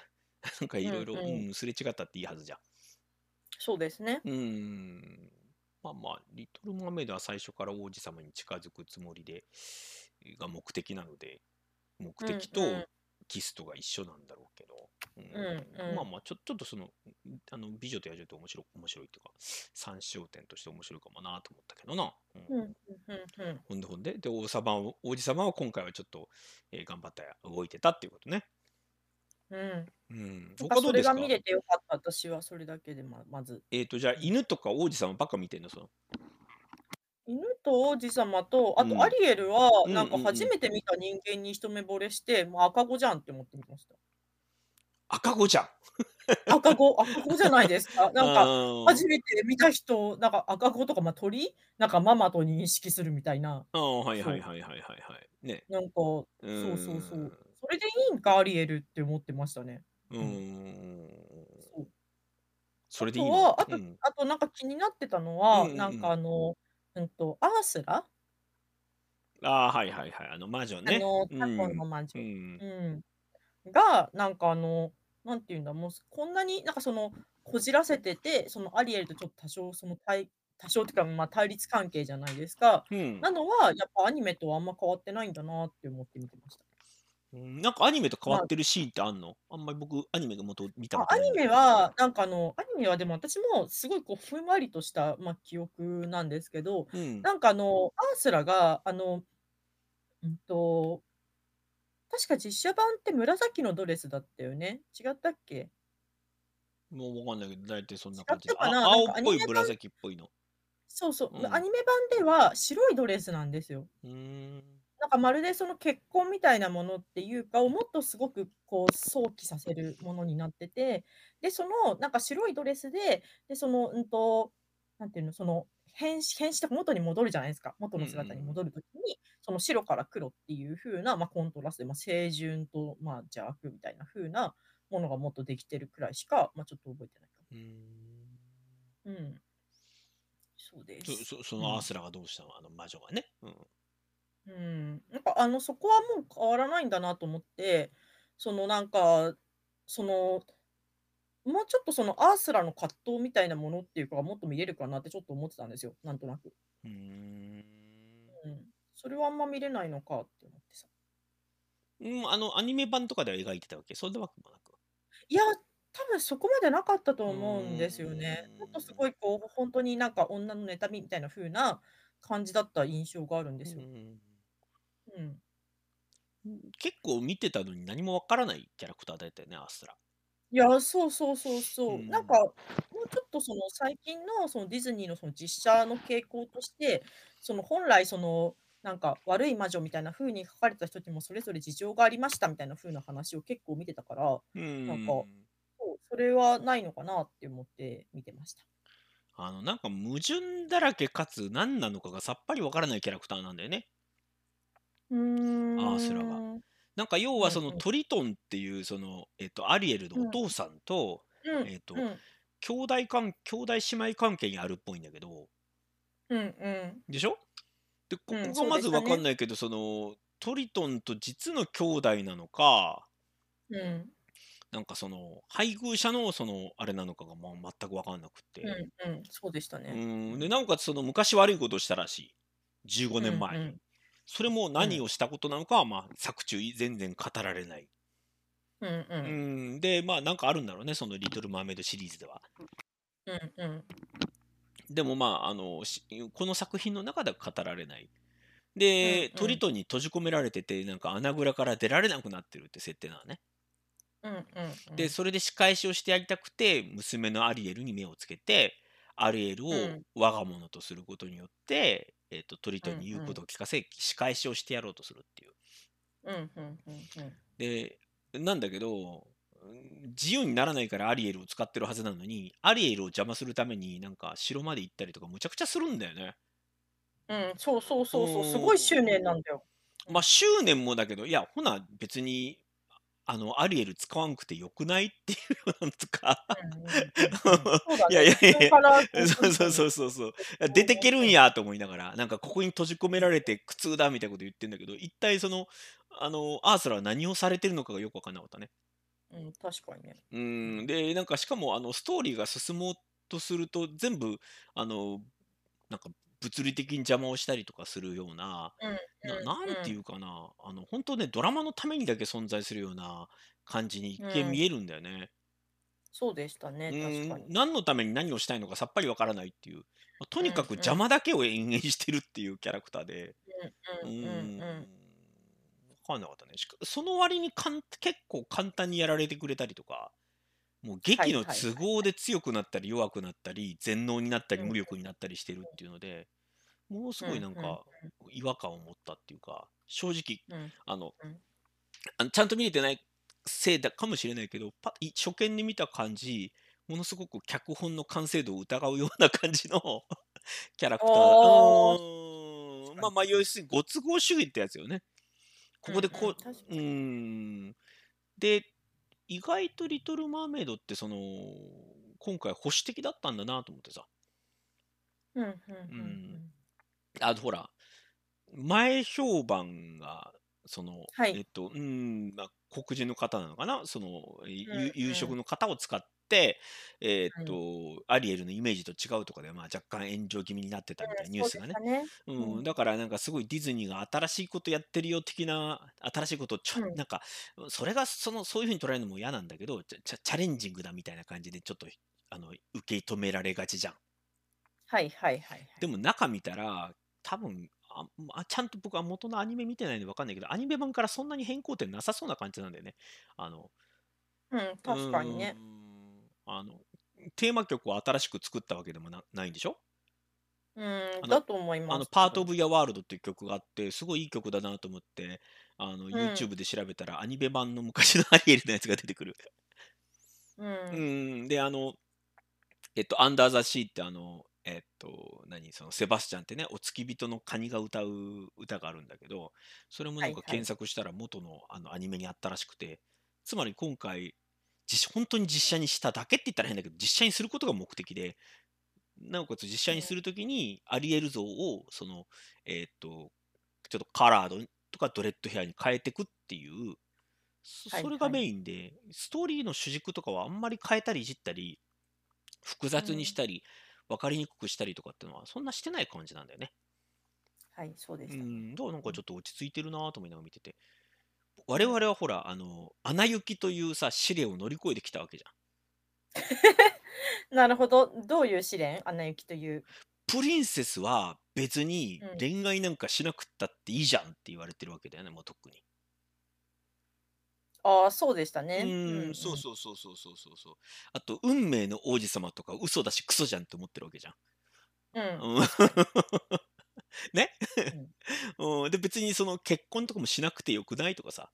S2: なんかいうろい
S1: ん。
S2: ろ、う
S1: うん。
S2: ん、すれ違ったっていいはずじゃん。
S1: そうですね。
S2: うーん。まあまあ、リトル・マーメイドは最初から王子様に近づくつもりで、えーが目的なので、目
S1: うん。
S2: 的
S1: う
S2: と
S1: ん。
S2: キスとが一緒なんだろうけど、う
S1: うん。
S2: ん、ま
S1: う
S2: あまあちょ、ちょっとその、んあの美女と野獣って面白い、面白いっていうか、参照点として面白いかもなと思ったけどな。うん
S1: ん。うん。うん。
S2: ほんでほんで、で、王様を、王子様は今回はちょっと、えー頑張ったや、動いてたっていうことね。
S1: うん。
S2: うん。
S1: なんか
S2: 他ど
S1: そう
S2: で
S1: れ
S2: す
S1: が見
S2: か
S1: れてよかった。私はそれだけでま、まず。
S2: えっ、と、じゃあ、
S1: うん。
S2: 犬とか王子様ばっか見てんの、その。
S1: 犬と王子様と、
S2: う
S1: あとア
S2: ん。
S1: リエルは、
S2: うんう
S1: なんか
S2: んう
S1: 初
S2: ん。
S1: めて見た人間に一目惚れして、もう赤子じゃんって思ってみました。
S2: 赤子じゃん。
S1: 赤 子、赤子じゃないですか。なんか、
S2: あ
S1: 初めて見た人、なんか赤子とか、まあ、鳥なんかママと認識するみたいな。
S2: あー、はいはい
S1: そ
S2: はいはいはいはい。ね。
S1: う。なんか、
S2: う
S1: そうそうそ
S2: ーん。
S1: う。それでいいんか、アリエルって思ってましたね。
S2: う
S1: うん。
S2: ーん。
S1: そう。
S2: そ
S1: あ
S2: れでい
S1: と
S2: いの
S1: は、あ
S2: う
S1: と、
S2: ん。
S1: あとなんか気になってたの
S2: うんう
S1: は、
S2: ん
S1: なん
S2: う
S1: か
S2: ん。
S1: あの、うんと、アースラ
S2: ああ、はいはいはい。あの、魔女
S1: あ
S2: ね。
S1: の、
S2: う
S1: タコ
S2: ん。
S1: の魔
S2: う
S1: 女。
S2: ん。
S1: うん。が、なんかあの、なんていうんだ、もうこんなになんかその、こじらせてて、そのアリエルとちょっと多少その対多少っていうか、まあ、対立関係じゃないですか。
S2: うん
S1: なのは、やっぱアニメとはあんま変わってないんだなって思って見てました。
S2: うんなんかアニメと変わってるシーンってあんのあんまり僕アニメが元々見たこ
S1: あ
S2: と
S1: ア
S2: ない
S1: ニ
S2: んだ
S1: メ
S2: けど。
S1: は、なんかあの、アニメはでも私もすごいこうふんわりとした、まあ、記憶なんですけど、
S2: うん。
S1: なんかあの、アースラが、あの、うんと、確か実写版って紫のドレスだったよね。違ったっけ
S2: もうわかんないけど、大体そんな感じ
S1: 違
S2: で。
S1: った
S2: あ
S1: かななん
S2: 青っ
S1: かアニ
S2: ぽ
S1: メ
S2: い
S1: 版
S2: 紫っぽいの。
S1: そうそう、
S2: うん
S1: アニメ版では白いドレスなんですよ。
S2: うーん。
S1: なんかまるでその結婚みたいなものっていうかをもっとすごくこう想起させるものになっててでそのなんか白いドレスででそのうんとなんていうのその変身変身して元に戻るじゃないですか元の姿に戻るときに、その白から黒っていう風なまあ、コントラストで、まあ、清純と、まあ、邪悪みたいな風なものがもっとできてるくらいしか、まあ、ちょっと覚えてないか
S2: うーん
S1: も。うん、そうで
S2: そ
S1: す
S2: そその
S1: うん
S2: アースラがどうしたのあの魔女がね。うん。
S1: うん、なんかあのそこはもう変わらないんだなと思ってそのなんかそのもうちょっとそのアースラの葛藤みたいなものっていうかもっと見れるかなってちょっと思ってたんですよなんとなく、
S2: うーん
S1: うん、それはあんま見れないのかって思ってさ
S2: うん、あのアニメ版とかでは描いてたわけそんなわけもなく。
S1: いや多分そこまでなかったと思うんですよね
S2: うん
S1: もっとすごいこう本当になんか女の妬みみたいな風な感じだった印象があるんですよ、うん、
S2: うん結構見てたのに何もわからないキャラクターだったよね、アースラ。
S1: いや、そうそうそうそう。
S2: うん
S1: なんか、もうちょっとその最近のそのディズニーのその実写の傾向として、その本来その、なんか悪い魔女みたいな風に書かれた人にもそれぞれ事情がありましたみたいな風な話を結構見てたから、
S2: う
S1: なん
S2: ん
S1: かそうそれはないのかなって思って見てました。
S2: あのなんか矛盾だらけかつ何なのかがさっぱりわからないキャラクターなんだよね。
S1: うーん。
S2: アースラがなんか要はその
S1: うんうん
S2: トリトンっていうその、えっと、アリエルのお父さんと、
S1: うん。
S2: えっと、
S1: うん。
S2: 兄弟関兄弟姉妹関係にあるっぽいんだけど
S1: うん。うん。
S2: でしょでこ
S1: うん
S2: こがま
S1: そ
S2: ず
S1: うでした
S2: 分
S1: ね
S2: かんないけどそ,、のトリトンと実の兄弟なのか
S1: うん。
S2: なんかその配偶者のそのあれなのかがもう全く分かんなくって、
S1: うん。うん。そうでした
S2: う
S1: ね。
S2: ん、でなおかつその昔悪いことをしたらしい15年前、
S1: うんうん
S2: それも何をしたことなのかは、まあ、作中全然語られない、
S1: うん。う。
S2: うんん、でまあなんかあるんだろうねその「リトル・マーメイド」シリーズでは
S1: うん。うん。
S2: でもまああのしこの作品の中では語られない。で、
S1: うんうん
S2: トリトンに閉じ込められててなんか穴蔵から出られなくなってるって設定なのね。
S1: うん。うん。
S2: でそれで仕返しをしてやりたくて娘のアリエルに目をつけてアリエルを
S1: うん
S2: 我が物とすることによって、えっとトリトンに言ううんことを聞かせ仕返しをしてやろうとするっていう。
S1: うん。うん。うん。うん。
S2: でなんだけどうん自由にならないからアリエルを使ってるはずなのにアリエルを邪魔するためになんか城まで行ったりとかむちゃくちゃするんだよね。
S1: うん、そうそうそうそう、す
S2: う
S1: ご
S2: ん
S1: い執念なんだよ。
S2: まあ執念もだけど、いや、ほな、別に、あの、アリエル使わんくてよくないっていうようなのとか。
S1: うんうんうんうん そうだ
S2: いやいやいやいや
S1: ねそこからこう
S2: そうそうそうそうそう。出てけるんやと思いながら、なんかここに閉じ込められて苦痛だみたいなこと言ってんだけど、一体その、あの、アースラは何をされてるのかがよくわかんなかったね。
S1: うん、確かにね。
S2: うん。で、なんかしかも、あの、ストーリーが進もうとすると、全部、あの、なんか物理的に邪魔をしたりとかするような、ななんていううかな、あの本当ね、ドラマのためにだけ存在するような感じに一
S1: う
S2: 見
S1: ん
S2: 見えるんだよね。
S1: そうでしたね、確
S2: う
S1: か
S2: ん
S1: に。
S2: 何のために何をしたいのかさっぱりわからないっていう、まあとにか
S1: うん
S2: く
S1: うん
S2: 邪魔だけを延々してるっていうキャラクターで、う
S1: うんうん
S2: ん、
S1: う
S2: わ
S1: ん
S2: かんなかったね。しかその割にかん結構簡単にやられてくれたりとか、もう劇の
S1: はいはい
S2: 都合で強くなったり弱くなったり、全能になったり
S1: うん
S2: 無力になったりしてるっていうので、ものすごいなん
S1: うんうん
S2: か違和感を持ったっていうか、正直、
S1: うん
S2: あの
S1: うん、
S2: あのちゃんと見れてないせいだかもしれないけど、パい初見で見た感じ、ものすごく脚本の完成度を疑うような感じの キャラクター。う
S1: あー
S2: ー
S1: 確か
S2: んまあ
S1: に
S2: まあ、要するにご都合主義ってやつよね。ここで
S1: うんう
S2: こ
S1: ん確か
S2: う、うーん。で、意外とリトル・マーメイドって、その、今回保守的だったんだなと思ってさ。
S1: うんうんうん
S2: うんあとほら、前評判が、その、
S1: はい
S2: えっと、うん、まあ、黒人の方なのかな、その、い
S1: うんうん
S2: 夕食の方を使っって、えーっと、アリエルのイメージと違うとかで、まあ、若干炎上気味になってたみたいなニュースがね。
S1: そうでしたね
S2: うん
S1: うん
S2: だからなんかすごいディズニーが新しいことやってるよ的な新しいことをちょ、
S1: うん
S2: なんかそれがそのそういうふうに捉えるのも嫌なんだけどチャチャチャレンジングだみたいな感じでちょっとあの受け止められがちじゃん。
S1: はいはいはいはい。
S2: でも中見たら多分ああちゃんと僕は元のアニメ見てないんで分かんないけどアニメ版からそんなに変更点なさそうな感じなんだよね。あの
S1: うん、確かにね。。
S2: うーんあのテーマ曲を新しく作ったわけでもなないんでしょ
S1: うん
S2: あ、の
S1: だと思います。
S2: あの、パート・オブ・ヤ・ワールドっていう曲があって、すごいいい曲だなと思って、あの、
S1: ん
S2: YouTube で調べたら、アニメ版の昔のアリエルのやつが出てくる。
S1: う。
S2: うんん、で、あの、えっと、アンダー・ザ・シーって、あの、えっと、何、その、セバスチャンってね、お付き人のカニが歌う歌があるんだけど、それもなん
S1: は
S2: か
S1: いはい
S2: 検索したら元のあのアニメにあったらしくて、つまり今回、実本当に実写にしただけって言ったら変だけど、実写にすることが目的で、なおかつ実写にするときに、アリエル像を、その、えーっと、ちょっとカラードとかドレッドヘアに変えてくっていう、そ
S1: はい
S2: それが
S1: はい
S2: メインで、ストーリーの主軸とかはあんまり変えたりいじったり、複雑にしたり、分かりにくくしたりとかっていうのは、そんなしてない感じなんだよね。
S1: はい、そうで
S2: う
S1: した。
S2: ん、だからなんかちょっと落ち着いてるなぁと思いながら見てて。我々はほら、あの、穴行きというさ、試練を乗り越えてきたわけじゃん。
S1: なるほど。どういう試練アナ雪という。
S2: プリンセスは別に
S1: うん
S2: 恋愛なんかしなくったっていいじゃんって言われてるわけだよね、もう特に。
S1: ああ、そうでしたね。
S2: うん、そうそうそうそうそうそうそう。あと、運命の王子様とか嘘だしクソじゃんって思ってるわけじゃん。
S1: うん。うん。
S2: うんね、うん、で、 別にその結婚とかもしなくてよくないとかさ、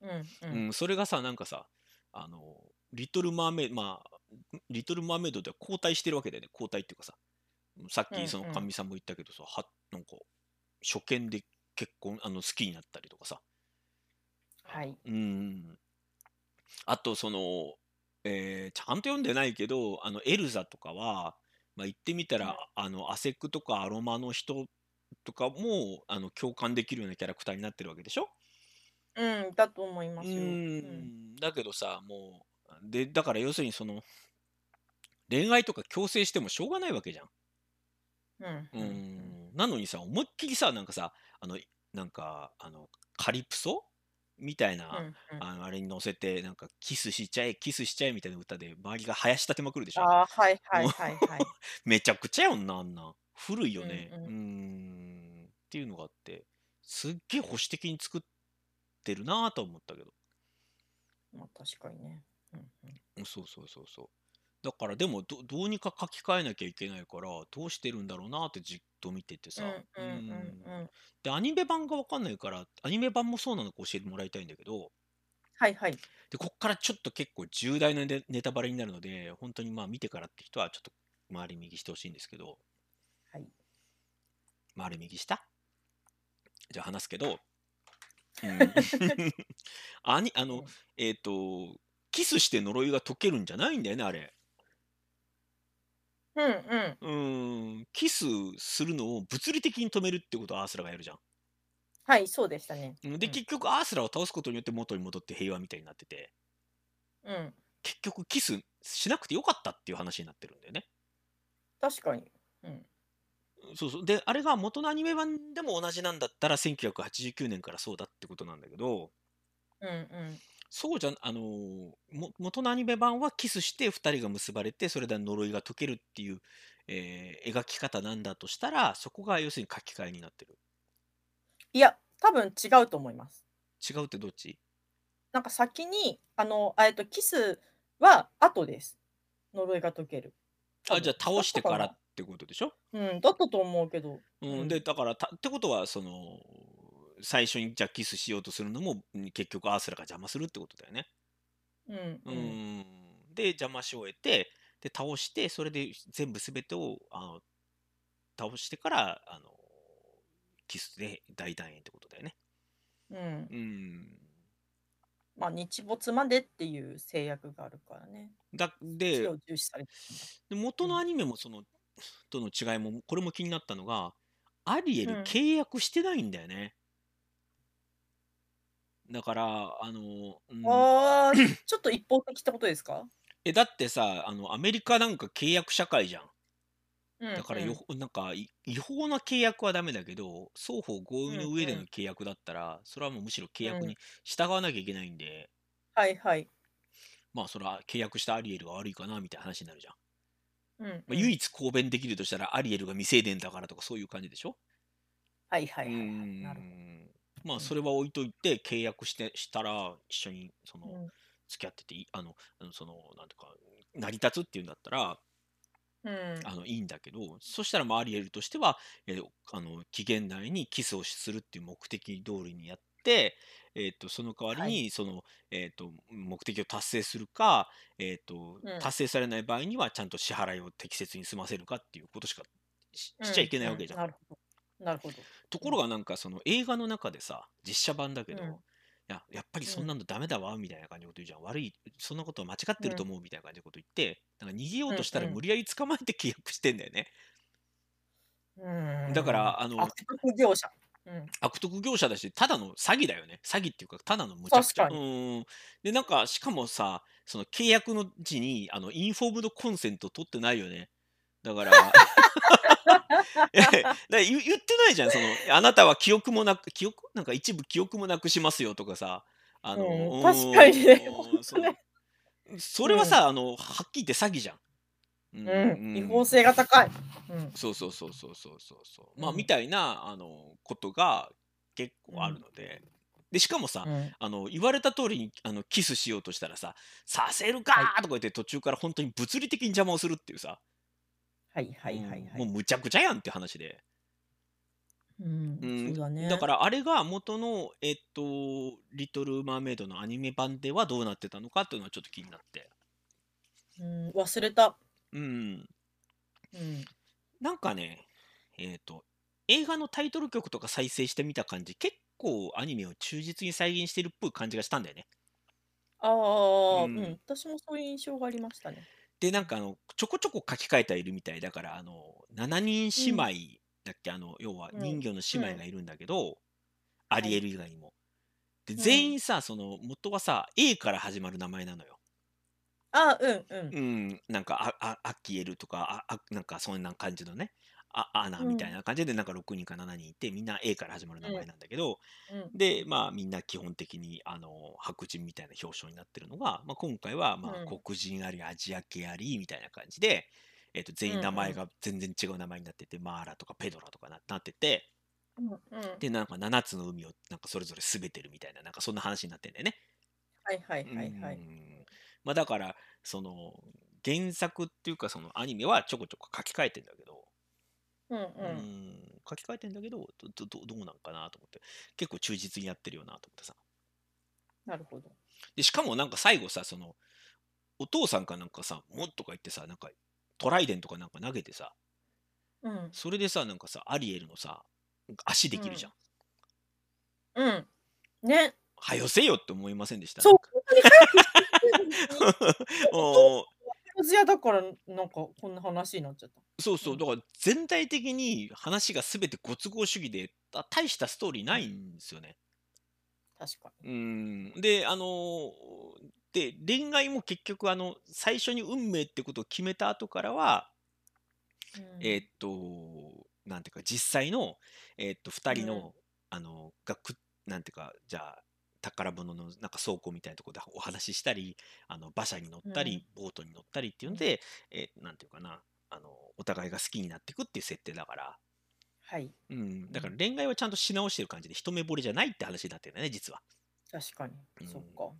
S1: うん。う。
S2: うんん、それがさなんかさあのリトル・マーメイドまあリトル・マーメイドでは交代してるわけだよね交代っていうかささっ
S1: うんう
S2: き
S1: ん
S2: その神さんも言ったけどさ、はなんか初見で結婚あの好きになったりとかさ
S1: はい。
S2: うんあとその、えーちゃんと読んでないけどあのエルザとかは、まあ、言ってみたら、あのアセックとかアロマの人とかもあの共感できるようなキャラクターになってるわけでしょ
S1: うん、だと思います
S2: う
S1: よ。
S2: ー
S1: うん
S2: んだけどさもうでだから要するにその恋愛とか強制してもしょうがないわけじゃん。
S1: うん。
S2: うーんなのにさ思いっきりさなんかさあのなんかあのカリプソみたいな、
S1: うんうん
S2: あのあれに乗せてなんかキスしちゃえキスしちゃえみたいな歌で周りが林立てまくるでしょ。
S1: ああ、はいはいはいはい。
S2: めちゃくちゃよんなあんなん古いよね。う
S1: うんうん
S2: ーんっていうのがあってすっげえ保守的に作ってるなあとは思ったけど。
S1: まあ確かにね。うんうん
S2: うんそうそうそうそう。だからでもどどうにか書き換えなきゃいけないからどうしてるんだろうなってじっと見ててさ。
S1: うんうんう
S2: うん
S1: んうん。
S2: でアニメ版が分かんないからアニメ版もそうなのか教えてもらいたいんだけど
S1: はいはい。
S2: でこっからちょっと結構重大なネネタバレになるので本当にまあ見てからって人はちょっと回り右してほしいんですけど
S1: はい。
S2: 回り右したじゃあ話すけど、うん アニあ
S1: う
S2: の
S1: ん
S2: えっ、とキスして呪いが解けるんじゃないんだよねあれ。
S1: うんうん。
S2: うーん、キスするのを物理的に止めるってことをアースラがやるじゃん。
S1: はい、そうでしたね。
S2: うんで、
S1: うん
S2: 結局アースラを倒すことによって元に戻って平和みたいになってて、
S1: うん。
S2: 結局キスしなくてよかったっていう話になってるんだよね。
S1: 確かに。うん。
S2: そうそう。で、あれが元のアニメ版でも同じなんだったら1989年からそうだってことなんだけど、
S1: うんうん。
S2: そうじゃん、あのーも元のアニメ版はキスして2人が結ばれて、それで呪いが解けるっていう、えー描き方なんだとしたら、そこが要するに書き換えになってる。
S1: いや、多分違うと思います。
S2: 違うってどっち
S1: なんか先に、あの、あえっと、キスは後です。呪いが解ける。多
S2: あ、
S1: 分
S2: じゃあ倒してか
S1: だ
S2: ら
S1: っ
S2: ってことでしょ
S1: たかな。うん、だったと思うけど。
S2: う、
S1: うんん
S2: でだからたってことはその最初にじゃあキスしようとするのもうん結局アースラが邪魔するってことだよね。
S1: うん
S2: う
S1: うんん。
S2: で邪魔し終えてで倒してそれで全部全てをあの倒してからあのキスで大団円ってことだよね。
S1: うん。
S2: うん、
S1: まあ、日没までっていう制約があるからね。
S2: だ
S1: そ
S2: で
S1: れを重視されてるんだ
S2: で元の
S1: うん
S2: アニメもそのとの違いもこれも気になったのがアリエル
S1: うん
S2: 契約してないんだよね。だからあの、うん
S1: ああ、ちょっと一方的ってことですか
S2: え、だってさ、あの、アメリカなんか契約社会じゃん。
S1: うん
S2: だから
S1: うん
S2: よ、なんかい違法な契約はダメだけど、双方合意の上で
S1: うんう
S2: の
S1: ん
S2: 契約だったら、それはもうむしろ契約
S1: うん
S2: に従わなきゃいけないんで、
S1: はいはい。
S2: まあそれは契約したアリエルが悪いかなみたいな話になるじゃん。
S1: うんうん
S2: まあ、唯一抗弁できるとしたらアリエルが未成年だからとかそういう感じでしょ
S1: はいは
S2: う
S1: いはいはい。なる
S2: ん。
S1: う
S2: まあ
S1: ん
S2: それは置いといて契約してしたら一緒にそ
S1: ほど
S2: の。付き合ってていいあのあのそのなんとか成り立つっていうんだったら
S1: うんうん
S2: あのいいんだけどそしたらまあアリエルとしては、えーあの期限内にキスをするっていう目的通りにやって、えー、とその代わり
S1: はい
S2: にその、えー、と目的を達成するか、えーと
S1: うん
S2: 達成されない場合にはちゃんと支払いを適切に済ませるかっていうことしかし
S1: うん
S2: しちゃいけないわけじゃん。
S1: なるほど。なるほど。
S2: ところがなんかその映画の中でさ実写版だけど、
S1: うん
S2: いややっぱり
S1: うん
S2: そんなのダメだわみたいな感じのこと言うじゃん、悪いそんなことは間違ってると思うみたいな感じのこと言ってなんか逃げようとしたら
S1: うんうん
S2: 無理やり捕まえて契約してんだよね、
S1: うん
S2: だからあの
S1: 悪徳業者。うん。
S2: 悪徳業者だしただの詐欺だよね詐欺っていうかただの無茶苦茶
S1: 確か
S2: うんでなんかしかもさその契約の時にあのインフォームドコンセント取ってないよねだから えだから言言ってないじゃんそのあなたは記憶もなく記憶なんか一部記憶もなくしますよとかさあの、
S1: うん
S2: うん
S1: 確かにね
S2: うん
S1: 本当ね
S2: そのそれはさ、あのはっきり言って詐欺じゃん、う ん
S1: うん、違法性が高い。うん、
S2: そうそうそうそうそうそうそうまあ、
S1: うん
S2: みたいなあのことが結構あるので、でしかもさ、
S1: うん
S2: あの言われた通りにあのキスしようとしたらさ「させるか!」とか言って途中から本当に物理的に邪魔をするっていうさ、
S1: はいはいはいはい。
S2: うんもうむちゃくちゃやんって話で、
S1: うん
S2: う
S1: そ
S2: ん
S1: うだね。
S2: だからあれが元のえっと「リトル・マーメイド」のアニメ版ではどうなってたのかっていうのはちょっと気になって
S1: うん、忘れた。
S2: うん
S1: うん、
S2: なんかねえっと映画のタイトル曲とか再生してみた感じ結構アニメを忠実に再現してるっぽい感じがしたんだよね
S1: ああ、う
S2: うん
S1: ん、私もそういう印象がありましたね。
S2: でなんかあのちょこちょこ書き換えてはいるみたいだからあの7人姉妹だっけ、あの要は
S1: うん
S2: 人魚の姉妹がいるんだけど、アリエル以外にも。で
S1: うん
S2: 全員さその元はさ A から始まる名前なのよ。
S1: あー、うん、うん、
S2: うん、なんかああアキエルとかああなんかそんな感じのねあアナみたいな感じで、なんか6人か7人いてみんな A から始まる名前なんだけど、
S1: うん、
S2: で、まあ、みんな基本的にあの白人みたいな表彰になってるのが、まあ、今回はま
S1: うん
S2: あ黒人ありアジア系ありみたいな感じで、えっと
S1: う
S2: 全
S1: んう
S2: 員
S1: ん
S2: 名前が全然違う名前になってて、マーラとかペドラとかななってて
S1: うん、うん、
S2: でなんか7つの海をなんかそれぞれ滑ってるみたいななんかそんな話になってんだよね。
S1: はいはいはいは
S2: う
S1: い。
S2: んまあ、だからその原作っていうかそのアニメはちょこちょこ書き換えてんだけど、
S1: うん、う、
S2: うんん書き換えてんだけどどどどうなんかなと思って結構忠実にやってるよなと思ってさ。
S1: なるほど。
S2: でしかもなんか最後さそのお父さんかなんかさ「もっ」とか言ってさなんかトライデンとかなんか投げてさ
S1: うん、
S2: それでさなんかさアリエルのさ足できるじゃん。
S1: うん、ね、
S2: はよせよって思いませんでした
S1: そう、
S2: なんか
S1: 本当に早くしてくれるのに
S2: おー
S1: 小津屋だから、なんかこんな話になっちゃった。
S2: そうそうだから全体的に話が全てご都合主義でた大したストーリーないんですよね。
S1: 確か
S2: うんであのーで恋愛も結局あの最初に運命ってことを決めた後からは
S1: に。うん
S2: えーっと、なんていうか、実際の、えーっと、2人の、
S1: うん
S2: あの、がく、なんていうか、じゃあ、宝物のなんか倉庫みたいなところでお話ししたり、あの馬車に乗ったり、ボートに乗ったりっていうので、えーなんていうかな、あの、お互いが好きになっていくっていう設定だから、
S1: はい、
S2: うん、だから恋愛はちゃんとし直してる感じで、一目惚れじゃないって話になってるんだよね、実は。
S1: 確かに。
S2: うん
S1: そっか。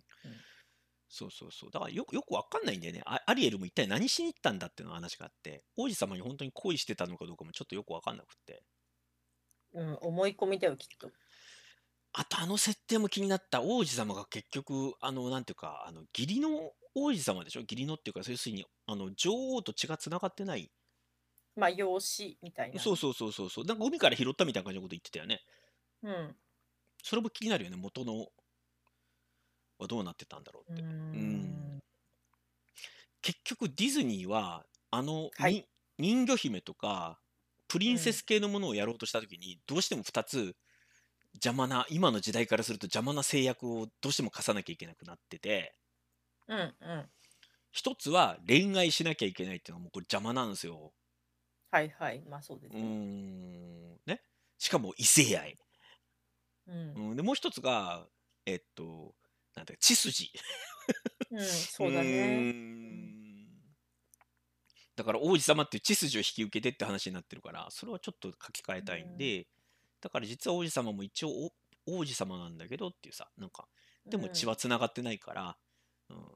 S2: そうそうそう。だからよよくわかんないんだよね。あアリエルも一体何しに行ったんだっていうのが話があって、王子様に本当に恋してたのかどうかもちょっとよくわかんなくって。
S1: うん、思い込みだよ、きっと。
S2: あとあの設定も気になった王子様が結局あのなんていうかあの義理の王子様でしょ義理のっていうか要するにあの女王と血がつながってない
S1: まあ、養子みたいな。
S2: そうそうそうそうそうなんか海から拾ったみたいな感じのこと言ってたよね
S1: う。うん。
S2: それも気になるよね元のはどうなってたんだろ
S1: う
S2: うって、
S1: ん。
S2: 結局ディズニーはあの、
S1: はい
S2: に人魚姫とかプリンセス系のものをやろうとした時に、どうしても2つ邪魔な今の時代からすると邪魔な制約をどうしても課さなきゃいけなくなってて、
S1: うん。うん。
S2: 一つは恋愛しなきゃいけないっていうのはもうこれ邪魔なんですよ。
S1: はいはい。まあそうです
S2: うー
S1: ね。
S2: ん。ね。しかも異性愛。
S1: うん。うん。
S2: うん、でもう一つが、えっと、なんだっけ血筋。
S1: そうだね。
S2: ーんだから王子様っていう血筋を引き受けてって話になってるからそれはちょっと書き換えたいんで、だから実は王子様も一応お王子様なんだけどっていうさなんかでも血はつながってないから、うん
S1: うん。うん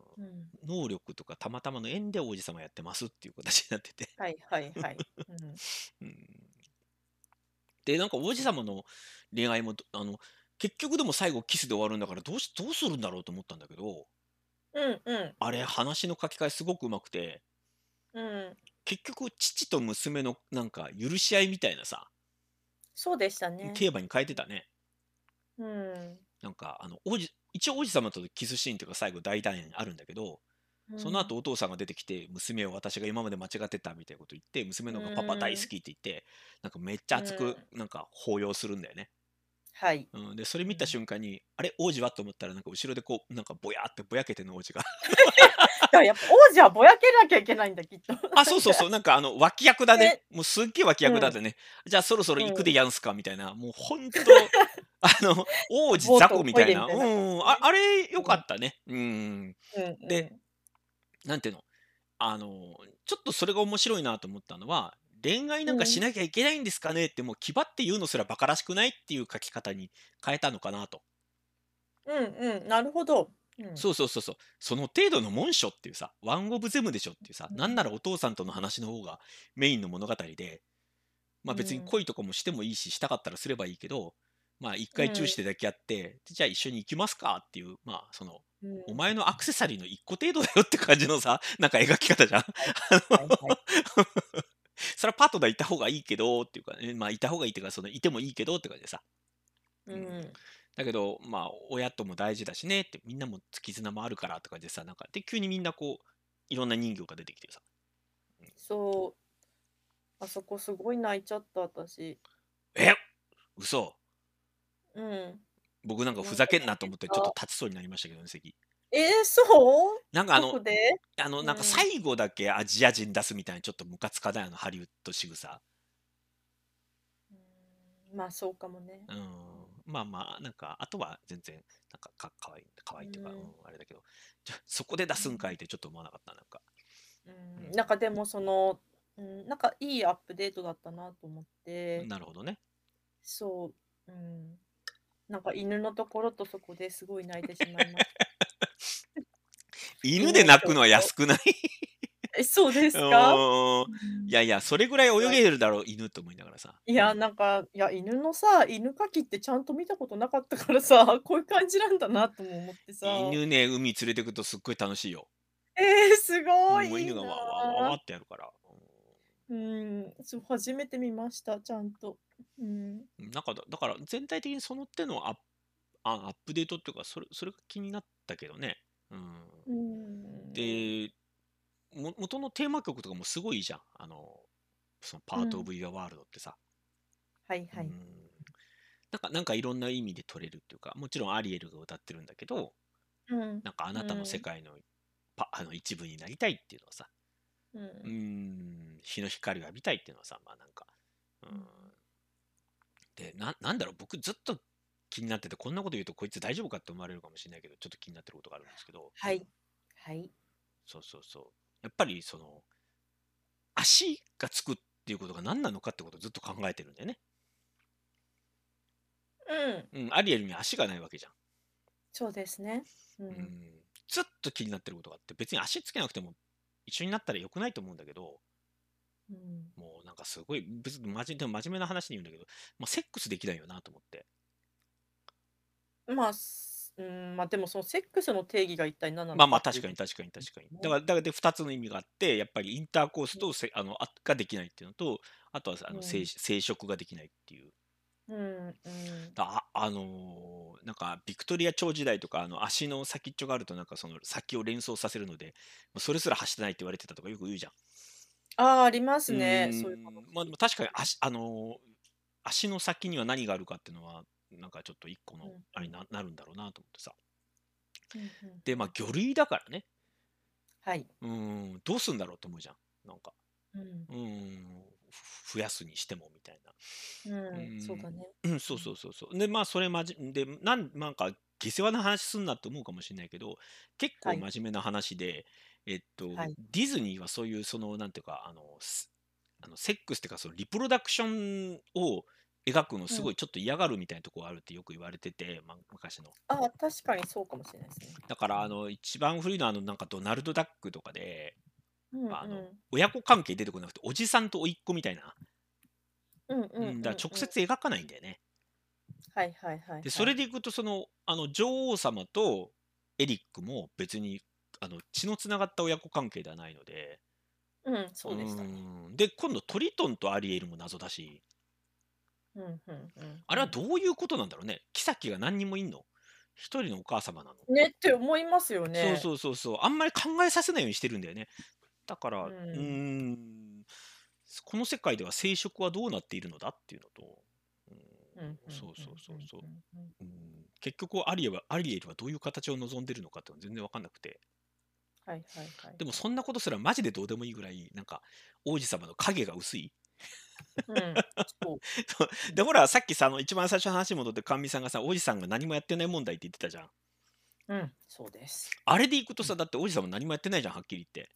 S2: 能力とかたまたまの縁で王子様やってますっていう形になってて、
S1: はいはい はい。うん。
S2: うん、でなんか王子様の恋愛もどあの結局でも最後キスで終わるんだからどうしどうするんだろうと思ったんだけど
S1: うんうん
S2: あれ話の書き換えすごくうまくて。
S1: うん。
S2: 結局父と娘のなんか許し合いみたいなさ、
S1: そうでしたね。
S2: テーマに変えてたね
S1: うん。
S2: なんかあの王子一応王子様とキスシーンというか最後大団円あるんだけど、その後お父さんが出てきて娘を私が今まで間違ってたみたいなこと言って娘の方がパパ大好きって言って、なんかめっちゃ熱くなんか抱擁するんだよね、
S1: はい。
S2: うん、でそれ見た瞬間にあれ王子はと思ったらなんか後ろでこうなんかぼやーってぼやけてんの王子が
S1: だからやっぱ王子はぼやけなきゃいけないんだきっと。
S2: あそうそう そうなんかあの脇役だね
S1: ね
S2: もうすっげえ脇役だってね、じゃあそろそろ行くでやんすかみたいなもうほん とあの王子雑魚みたいな
S1: ボートを漕いでみたいな
S2: うんああれよかったねうん
S1: うん
S2: でなんていうのあのちょっとそれが面白いなと思ったのは恋愛なんかしなきゃいけないんですかねってもう気張って言うのすらバカらしくないっていう書き方に変えたのかなと、
S1: うんうんうんなるほど。うん
S2: そうそうそうそうその程度の文書っていうさワン・オブ・ゼムでしょっていうさ、
S1: うん
S2: なんならお父さんとの話の方がメインの物語でまあ別に
S1: うん
S2: 恋とかもしてもいいししたかったらすればいいけどまあ一回チューして抱き合って、でじゃあ一緒に行きますかっていうまあその
S1: うん
S2: お前のアクセサリーの一個程度だよって感じのさ なんか描き方じゃん。
S1: はいはい
S2: それはパートナーいた方がいいけどっていうか、ね、まあいた方がいいっていうかそのいてもいいけどって感じでさ
S1: うん
S2: だけどまあ親とも大事だしねってみんなも絆もあるからって感じでさなんかで急にみんなこういろんな人形が出てきてさ
S1: そう。あそこすごい泣いちゃった私。
S2: 「え嘘
S1: うん。
S2: 僕なんかふざけんな」と思ってちょっと立ちそうになりましたけどね席
S1: えー、そう
S2: なんかあ
S1: どこ
S2: の
S1: で
S2: あのなんか
S1: うん
S2: 最後だけアジア人出すみたいなちょっとムカつかないあのハリウッド仕草
S1: うんまあそうかもね
S2: う。んまあまあなんかあとは全然なんかかかわいいかわいいっていうか、う
S1: うんん
S2: あれだけどじゃそこで出すんかいってちょっと思わなかったなんか
S1: うん、なんかでもその、うん、なんかいいアップデートだったなと思って、
S2: なるほどね
S1: そう、うん、なんか犬のところとそこですごい泣いてしまいました。
S2: 犬で泣くのは安くない
S1: えそうです
S2: う
S1: か
S2: ーんいやいや、それぐらい泳げるだろう、犬と思いながらさ。
S1: いや
S2: うん
S1: なんかいや犬のさ犬かきってちゃんと見たことなかったからさ こういう感じなんだなとも思ってさ
S2: 犬ね、海連れてくとすっごい楽しいよ。
S1: えー、すご
S2: もう
S1: いいい
S2: 犬
S1: な
S2: がわわわわわってやるから。
S1: うんそう初めて見ましたちゃんと、うん、
S2: うんなんかだだから、全体的にその手のアップあアップデートっていうか、それそれが気になったけどね。うん、
S1: うん
S2: でも、元のテーマ曲とかもすごいいいじゃん。あの、そのパート・オ
S1: うん
S2: ブ・ユア・ワールドってさ。
S1: はいはい、
S2: うんなんかなんかいろんな意味で取れるっていうか、もちろんアリエルが歌ってるんだけど、
S1: うん
S2: なんかあなたの世界の,、パあの一部になりたいっていうのはさ、
S1: う
S2: うー
S1: ん
S2: ん、日の光を浴びたいっていうのはさ、まあなんか、うーん
S1: うん、
S2: でな、なんだろう、僕ずっと気になってて、こんなこと言うとこいつ大丈夫かって思われるかもしれないけど、ちょっと気になってることがあるんですけど、
S1: はいはい
S2: そうそうそう、やっぱりその、足がつくっていうことが何なのかってことをずっと考えてるんだよね。
S1: うん
S2: うん、アリエルに足がないわけじゃん。
S1: そうですね。う
S2: うん
S1: ん、
S2: ずっと気になってることがあって、別に足つけなくても一緒になったらよくないと思うんだけど、
S1: うん、
S2: もうなんかすごい、別に真面でも真面目な話に言うんだけど、まあ、セックスできないよなと思って。
S1: まあ、すうん、まあでもそのセックスの定義が一体何なの
S2: まあまあ
S1: ってい
S2: 確
S1: う
S2: かに確かに確かに。
S1: ね
S2: だから、だからで2つの意味があって、やっぱりインターコースとせあのあができないっていうのと、あとはあ
S1: う
S2: の
S1: ん
S2: 生生殖ができないっていう。
S1: うんうん
S2: だあ、あのーなんかビクトリア朝時代とかあの足の先っちょがあるとなんかその先を連想させるので、もうそれすら走ってないって言われてたとかよく言うじゃん。
S1: ああ、ありますね。
S2: うん
S1: そういうこと。
S2: まあでも確かに足あのー足の先には何があるかっていうのはなんかちょっと一個の
S1: うん
S2: あれにななるんだろうなと思ってさ。
S1: うんうん
S2: でまあ魚類だからね
S1: はい。
S2: うんどうすんだろうと思うじゃんなんか
S1: うん、
S2: うんふ増やすにしてもみたいな
S1: う、
S2: うんん
S1: そうだね。
S2: うん、そうそうそうそう。で、まあ、それまじ、で、なん、なんか、下世話な話すんなって思うかもしれないけど、結
S1: は
S2: 構
S1: い
S2: 真面目な話で、えっと、
S1: はい
S2: ディズニーはそういう、その、なんていうか、あの、すあのセックスっていうか、そのリプロダクションを描くの
S1: う
S2: す
S1: ん
S2: ごいちょっと嫌がるみたいなところあるってよく言われてて、まあ、昔の。
S1: ああ、確かにそうかもしれないですね。
S2: だから、あの、一番古いのは、あの、なんかドナルド・ダックとかで、
S1: うん、うん、
S2: あの親子関係出てこなくて、おじさんと甥っ子みたいな。
S1: うん、うん、
S2: うん、だから直
S1: うん
S2: 接描かないんだよね。
S1: はい、はい、はい。
S2: でそれ
S1: で、
S2: でいくとそのあの女王様とエリックも別にあの血のつながった親子関係ではないので
S1: うん、そうでしたね。
S2: うんで今度トリトンとアリエルも謎だし
S1: うん、うん、うん。
S2: あれはどういうことなんだろうね妃が何人もいんの一人のお母様なの、
S1: ねって思いますよね。
S2: そうそうそうそうあんまり考えさせないようにしてるんだよねだから
S1: う
S2: うんーんこの世界では生殖はどうなっているのだっていうのと、うん
S1: うん。ん
S2: そうそうそうそう。
S1: んうんうん
S2: うん結局アリエはアリエルはどういう形を望んでるのかっていうのは全然分かんなくて
S1: はい、はい、はい
S2: で。もそんなことすらマジでどうでもいいぐらいなんか王子様の影が薄い
S1: うん、そう。
S2: でほらさっきさあの一番最初の話に戻って甘美さんがさ王子さんが何もやってない問題って言ってたじゃん
S1: うん、そうです。
S2: あれでいくとさだって王子様何もやってないじゃんはっきり言って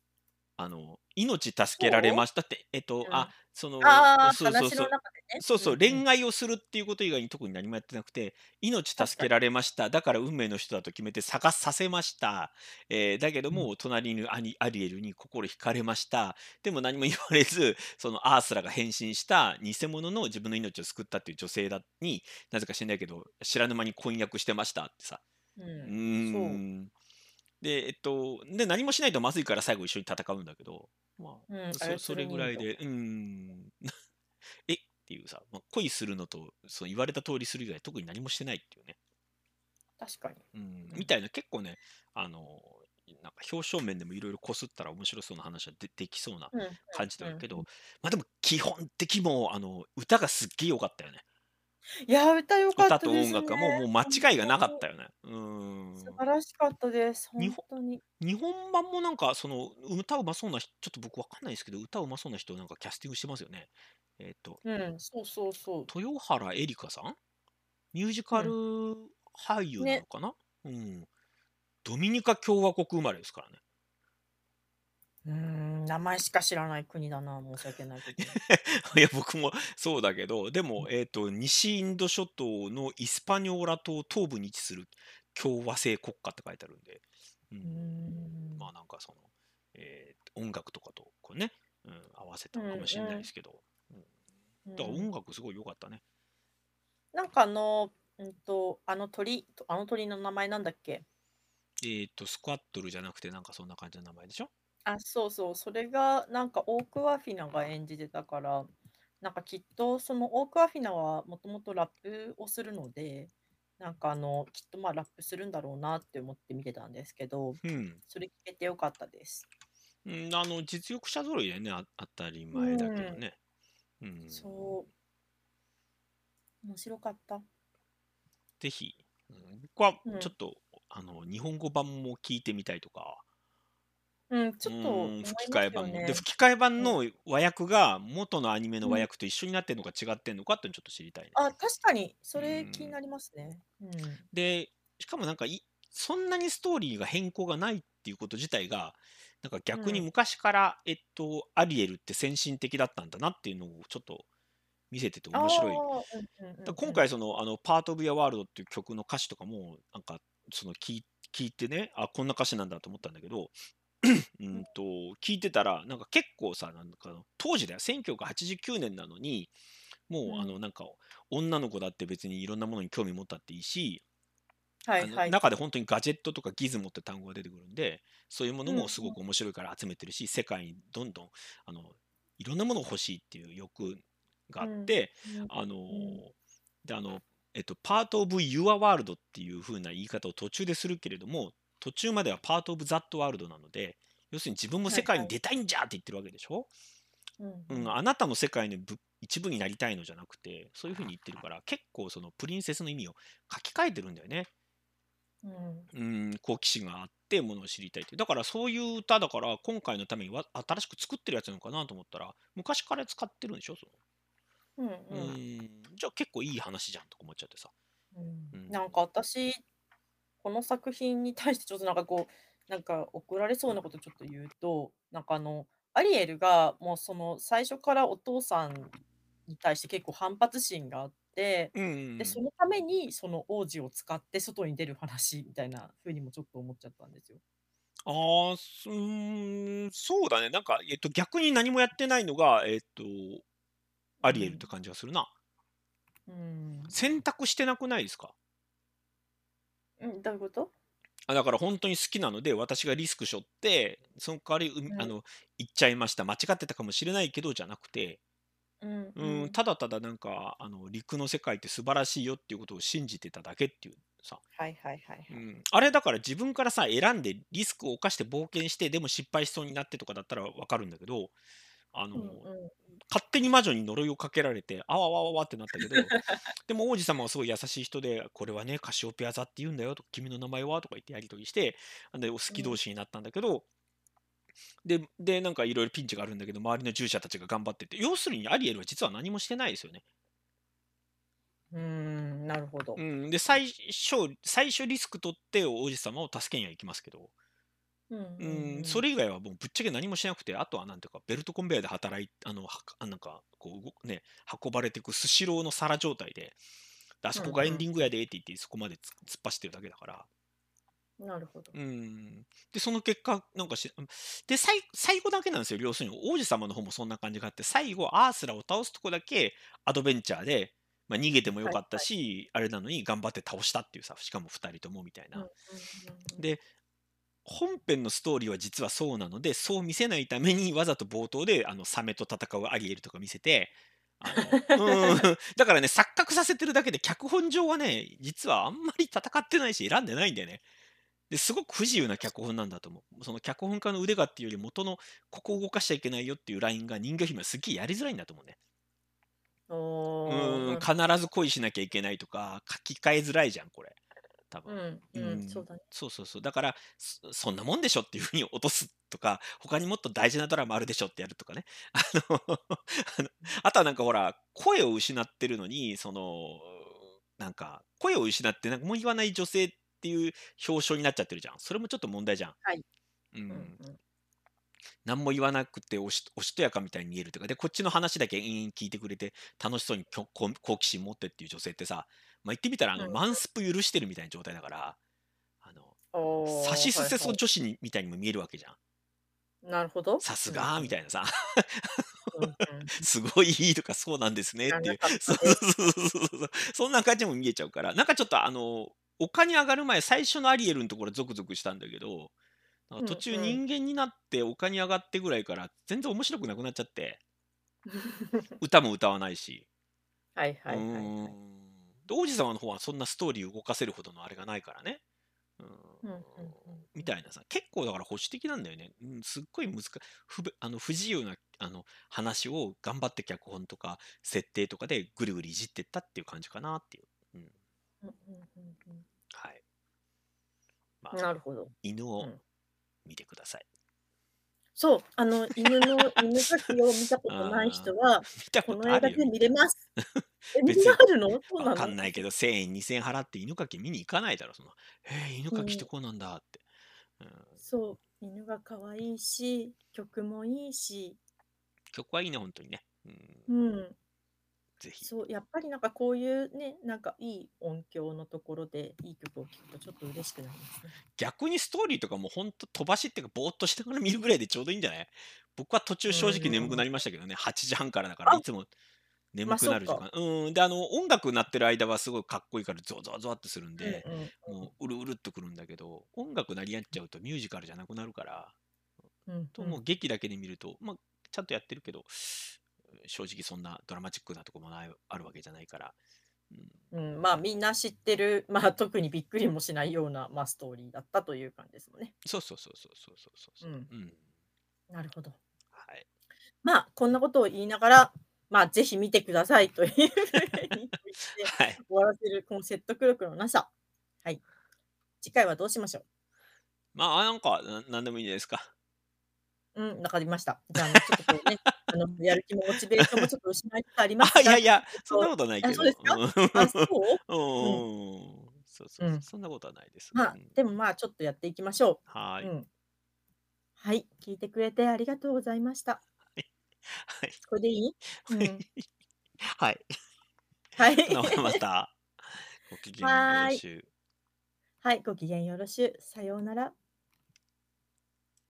S2: あの命助けられましたってえっと、
S1: うん
S2: あその
S1: ああ、
S2: そうそう
S1: 話
S2: そ
S1: の中で
S2: う
S1: ね。
S2: そうそう、
S1: んん
S2: 恋愛をするっていうこと以外に特に何もやってなくて、命助けられました、だから運命の人だと決めて探させました、えーだけども、隣にいるアニアリエルに心惹かれました、でも何も言われず、そのアースラが変身した偽物の自分の命を救ったっていう女性だになぜか知らないけど、知らぬ間に婚約してましたってさ。
S1: う
S2: うー
S1: ん、
S2: んで、えっと、で、何もしないとまずいから最後一緒に戦うんだけど、まあ、
S1: うん、
S2: そそれぐらいで、うーん、 えっていうさ、まあ、恋するのとその言われた通りする以外特に何もしてないっていうね、
S1: 操り人形。確かに。
S2: うん
S1: うん
S2: みたいな結構ねあのなんか表彰面でもいろいろこすったら面白そうな話はでできそうな
S1: うんうん
S2: 感じだけど、
S1: うん
S2: まあでも基本的にもうあの歌がすっげえ良かったよね
S1: いや、歌良かった
S2: 歌
S1: です、
S2: と
S1: ね。
S2: 音楽はもうもう間違いがなかったよねう
S1: 素
S2: ん
S1: 晴らしかったです。
S2: 日
S1: 本
S2: 本
S1: 当に。
S2: 日本版もなんかその歌うまそうな人ちょっと僕わかんないですけど歌うまそうな人をなんかキャスティングしてますよねえっ、と
S1: うん、そうそうそう。
S2: 豊原エリカさんミュージカル俳優なのかな、うん。ドミニカ共和国生まれですからね。
S1: うーん、名前しか知らない国だな、申し訳ないけど。
S2: いや、僕もそうだけど、でも、えっ、と、西インド諸島のイスパニョーラ島東部に位置する共和制国家って書いてあるんで、
S1: う
S2: う
S1: ー
S2: ん、
S1: ん。
S2: まあなんかその、えー音楽とかとこうね、うん、合わせたのかもしれないですけど、
S1: うん
S2: だから音楽すごい良かったね。
S1: なんかあの、うんと、あの鳥、あの鳥の名前なんだっけ
S2: えっ、と、スクワットルじゃなくて、なんかそんな感じの名前でしょ
S1: あ、そうそう、それがなんかオークワフィナが演じてたから、なんかきっとそのオークワフィナはもともとラップをするので、なんかあの、きっとまあラップするんだろうなって思って見てたんですけど、
S2: うん。
S1: それ聞けてよかったです。
S2: うん、あの実力者ぞろいでねあ当たり前だけどね、うん
S1: そう。面白かった。
S2: ぜひ、うん僕は
S1: うん
S2: ちょっと、あの日本語版も聞いてみたいとか
S1: うん、ちょっと
S2: う
S1: 思い
S2: ん
S1: ます
S2: 吹き替え版
S1: よ
S2: も、
S1: ね
S2: で吹き替え版の和訳が元のアニメの和訳と一緒になってるのか違ってるのかっていうのちょっと知りたいね、
S1: あ、確かに、それ
S2: うん
S1: 気になりますね。うん。
S2: でしかもなんかいそんなにストーリーが変更がないっていうこと自体がなんか逆に
S1: うん
S2: 昔から、えっとアリエルって先進的だったんだなっていうのをちょっと見せてて面白い
S1: あーうんうんうんう
S2: だから
S1: ん
S2: 今回その、あの、パート・オブ・ヤ・ワールドっていう曲の歌詞とかも、なんか、その聞い、聞いてね、あ、こんな歌詞なんだと思ったんだ けど、うんと、聞いてたら、なんか結構さ、なんかあの、当時だよ、1989年なのに、もう、あ
S1: う
S2: の、なんか、女の子だって別にいろんなものに興味持ったっていいし、
S1: は
S2: あ
S1: い
S2: の
S1: はい。
S2: 中で本当にガジェットとかギズモって単語が出てくるんで、そういうもの
S1: うん
S2: もすごく面白いから集めてるし、世界にどんどん、あの、いろんなものを欲しいっていう欲があって、
S1: うん
S2: あのー
S1: ん
S2: であの、えっと、パート・オブ・ユア・ワールドっていう風な言い方を途中でするけれども、途中まではパート・オブ・ザット・ワールドなので、要するに自分も世界に出たいんじゃって言ってるわけでしょ、
S1: うん
S2: う
S1: うん
S2: ん、あなたの世界の部一部になりたいのじゃなくて、そういう風に言ってるから、結構そのプリンセスの意味を書き換えてるんだよね。
S1: うん
S2: うん、好奇心があっってものを知りたいっていうだからそういう歌だから今回のためにわ新しく作ってるやつなのかなと思ったら昔から使ってるんでしょそ
S1: うん
S2: の、うーんじゃあ結構いい話じゃんとか思っちゃってさ
S1: う
S2: うん
S1: ん、なんか私この作品に対してちょっとなんかこうなんか怒られそうなことちょっと言うとなんかあのアリエルがもうその最初からお父さんに対して結構反発心があって
S2: うんうんうん
S1: でそのためにその王子を使って外に出る話みたいな風にもちょっと思っちゃったんですよ。
S2: あーすうーんそうだねなんか、えっと、逆に何もやってないのがえっとアリエルって感じがするな、
S1: うん、
S2: 選択してなくないですか
S1: うん、どういうこと
S2: あだから本当に好きなので私がリスク背負ってその代わり、う
S1: うん
S2: あの言っちゃいました間違ってたかもしれないけどじゃなくて
S1: うん
S2: うん、ただただなんかあの陸の世界って素晴らしいよっていうことを信じてただけっていうさ、
S1: はいはいはいはい。
S2: うん、あれだから自分からさ選んでリスクを冒して冒険してでも失敗しそうになってとかだったらわかるんだけどあ
S1: う
S2: の、
S1: んうん
S2: 勝手に魔女に呪いをかけられてあわわわわってなったけど でも王子様はすごい優しい人でこれはねカシオペア座って言うんだよと君の名前はとか言ってやり取りしてでお好き同士になったんだけど、ででなんかいろいろピンチがあるんだけど周りの従者たちが頑張ってて要するにアリエルは実は何もしてないですよね。
S1: うん、なるほど
S2: う。ん、で最初最初リスク取って王子様を助けには行きますけど、
S1: うん
S2: う
S1: うん
S2: ん
S1: うん
S2: それ以外はもうぶっちゃけ何もしなくてあとはなんていうかベルトコンベヤーで働いあのはあなんかこう動ね運ばれていくスシローの皿状態でであそこがエンディングやでって言ってそこまでつ突っ走ってるだけだから、
S1: なるほど。
S2: うん、でその結果なんかしで最最後だけなんですよ要するに王子様の方もそんな感じがあって最後アースラを倒すとこだけアドベンチャーで、まあ、逃げてもよかったし、あれなのに頑張って倒したっていうさしかも2人ともみたいな、
S1: うんうんうんうん
S2: で本編のストーリーは実はそうなのでそう見せないためにわざと冒頭であのサメと戦うアリエルとか見せてあ のうんだからね錯覚させてるだけで脚本上はね実はあんまり戦ってないし選んでないんだよねですごく不自由な脚本なんだと思うその脚本家の腕がっていうより元のここを動かしちゃいけないよっていうラインが人魚姫はすっげえやりづらいんだと思うね
S1: おー
S2: うん
S1: なる
S2: 必ず恋しなきゃいけないとか書き換えづらいじゃんこれ多分
S1: うん、う
S2: うん
S1: ん、そうだね。
S2: そうそうそうだからそそんなもんでしょっていうふうに 落とすとか他にもっと大事なドラマあるでしょってやるとかね あのあのあとはなんかほら声を失ってるのにそのなんか声を失ってなんかもう言わない女性っていう表彰になっちゃってるじゃんそれもちょっと問題じゃん。
S1: はい
S2: うん
S1: うんうん
S2: 何も言わなくておしおしとやかみたいに見えるとかでこっちの話だけ延々聞いてくれて楽しそうにきょ好好奇心持ってっていう女性ってさ、まあ、言ってみたらあの、
S1: うん
S2: マンスプ許してるみたいな状態だからあの
S1: おー
S2: さしすせ
S1: は
S2: そ
S1: い
S2: 女子にみたいにも見えるわけじゃん。
S1: はいなるほど。
S2: さすがーみたいなさ、
S1: うんうんうん
S2: すごいいいとかそうなんですねってい
S1: 知らな
S2: う
S1: かっ。た
S2: そうそうそうそうそうそう。そんな感じも見えちゃうから、なんかちょっとあの、丘に上がる前、最初のアリエルのところゾクゾクしたんだけど、なんか途中
S1: うんうん
S2: 人間になって丘に上がってぐらいから全然面白くなくなっちゃって、歌も歌わないし。
S1: はいはいうはい
S2: ー
S1: は
S2: ん
S1: い。
S2: で王子様の方はそんなストーリーを動かせるほどのあれがないからね。うん
S1: うんうんうん
S2: みたいなさ結構だから保守的なんだよね、うん、すっごい難し不べあの不自由なあの話を頑張って脚本とか設定とかでぐるぐるいじってったっていう感じかなっていう、うん
S1: うんうんうん
S2: はいま
S1: うん
S2: あ、
S1: なるほど。
S2: 犬
S1: う
S2: を
S1: ん
S2: 見てください、
S1: そう、あの、犬の犬先を見たことない人は、
S2: 見た
S1: こ
S2: こと
S1: の
S2: あ
S1: 映画
S2: る
S1: で
S2: よ
S1: 見れます。え、見
S2: 別に
S1: れあるのそう
S2: わ
S1: な
S2: かん
S1: の
S2: ないけど1000円2000円払って犬かき見に行かないだろそのえー犬かきって
S1: うん
S2: こうなんだって、うん、
S1: そう、犬が可愛いし、曲もいいし、
S2: 曲はいいね本当にね、うん、
S1: うん、
S2: ぜひ
S1: そう、やっぱりなんかこういうね、なんかいい音響のところでいい曲を聴くとちょっと嬉しくなりますね。
S2: 逆にストーリーとかもほんと飛ばしっていうかぼーっとしてから見るぐらいでちょうどいいんじゃない僕は途中正直眠くなりましたけどね8時半からだから
S1: あ
S2: いつも眠くなる時間、
S1: ま
S2: うんであの音楽鳴ってる間はすごいかっこいいからゾワゾワゾワってするんで、
S1: うんうん
S2: もううるうるっとくるんだけど音楽鳴り合っちゃうとミュージカルじゃなくなるから
S1: うんうん
S2: ともう劇だけで見ると、まあ、ちゃんとやってるけど正直そんなドラマチックなとこもないあるわけじゃないから、うん、
S1: うん、まあみんな知ってる、まあ特にびっくりもしないような、まあ、ストーリーだったという感じですもんね。
S2: そうそうそうそうそうそうそう、
S1: うん
S2: うん、
S1: なるほど。
S2: はい
S1: まあこんなことを言いながら、まあぜひ見てくださいというふうに言って
S2: はい
S1: 終わらせるこの説得力のなさ。はい。次回はどうしましょう
S2: まあ、なんか、ななんでもいいんじゃないですか。
S1: うん、わかりました。じゃあ、あのちょっとこう ね、あのやる気もモチベーションもちょっと失いつつあります
S2: あ、 い
S1: が、
S2: や
S1: ち
S2: いや、そんな
S1: ょっ
S2: ことない
S1: と、あ
S2: け
S1: そ
S2: ど。
S1: うですかあ、そう
S2: うん
S1: うん、
S2: うんうんうんそうそうう、
S1: ん。
S2: そんなことはないです。
S1: ま
S2: う
S1: あ、
S2: ん、
S1: でもまあ、ちょっとやっていきましょ
S2: は
S1: う。う
S2: い。
S1: ん。はい、聞いてくれてありがとうございました。
S2: はい。
S1: これでいいうん。
S2: はい。
S1: はい。
S2: そのままた、ご機嫌よ
S1: は
S2: ろ
S1: ーい。
S2: しゅう。
S1: はい、ご機嫌よろしゅう。さようなら。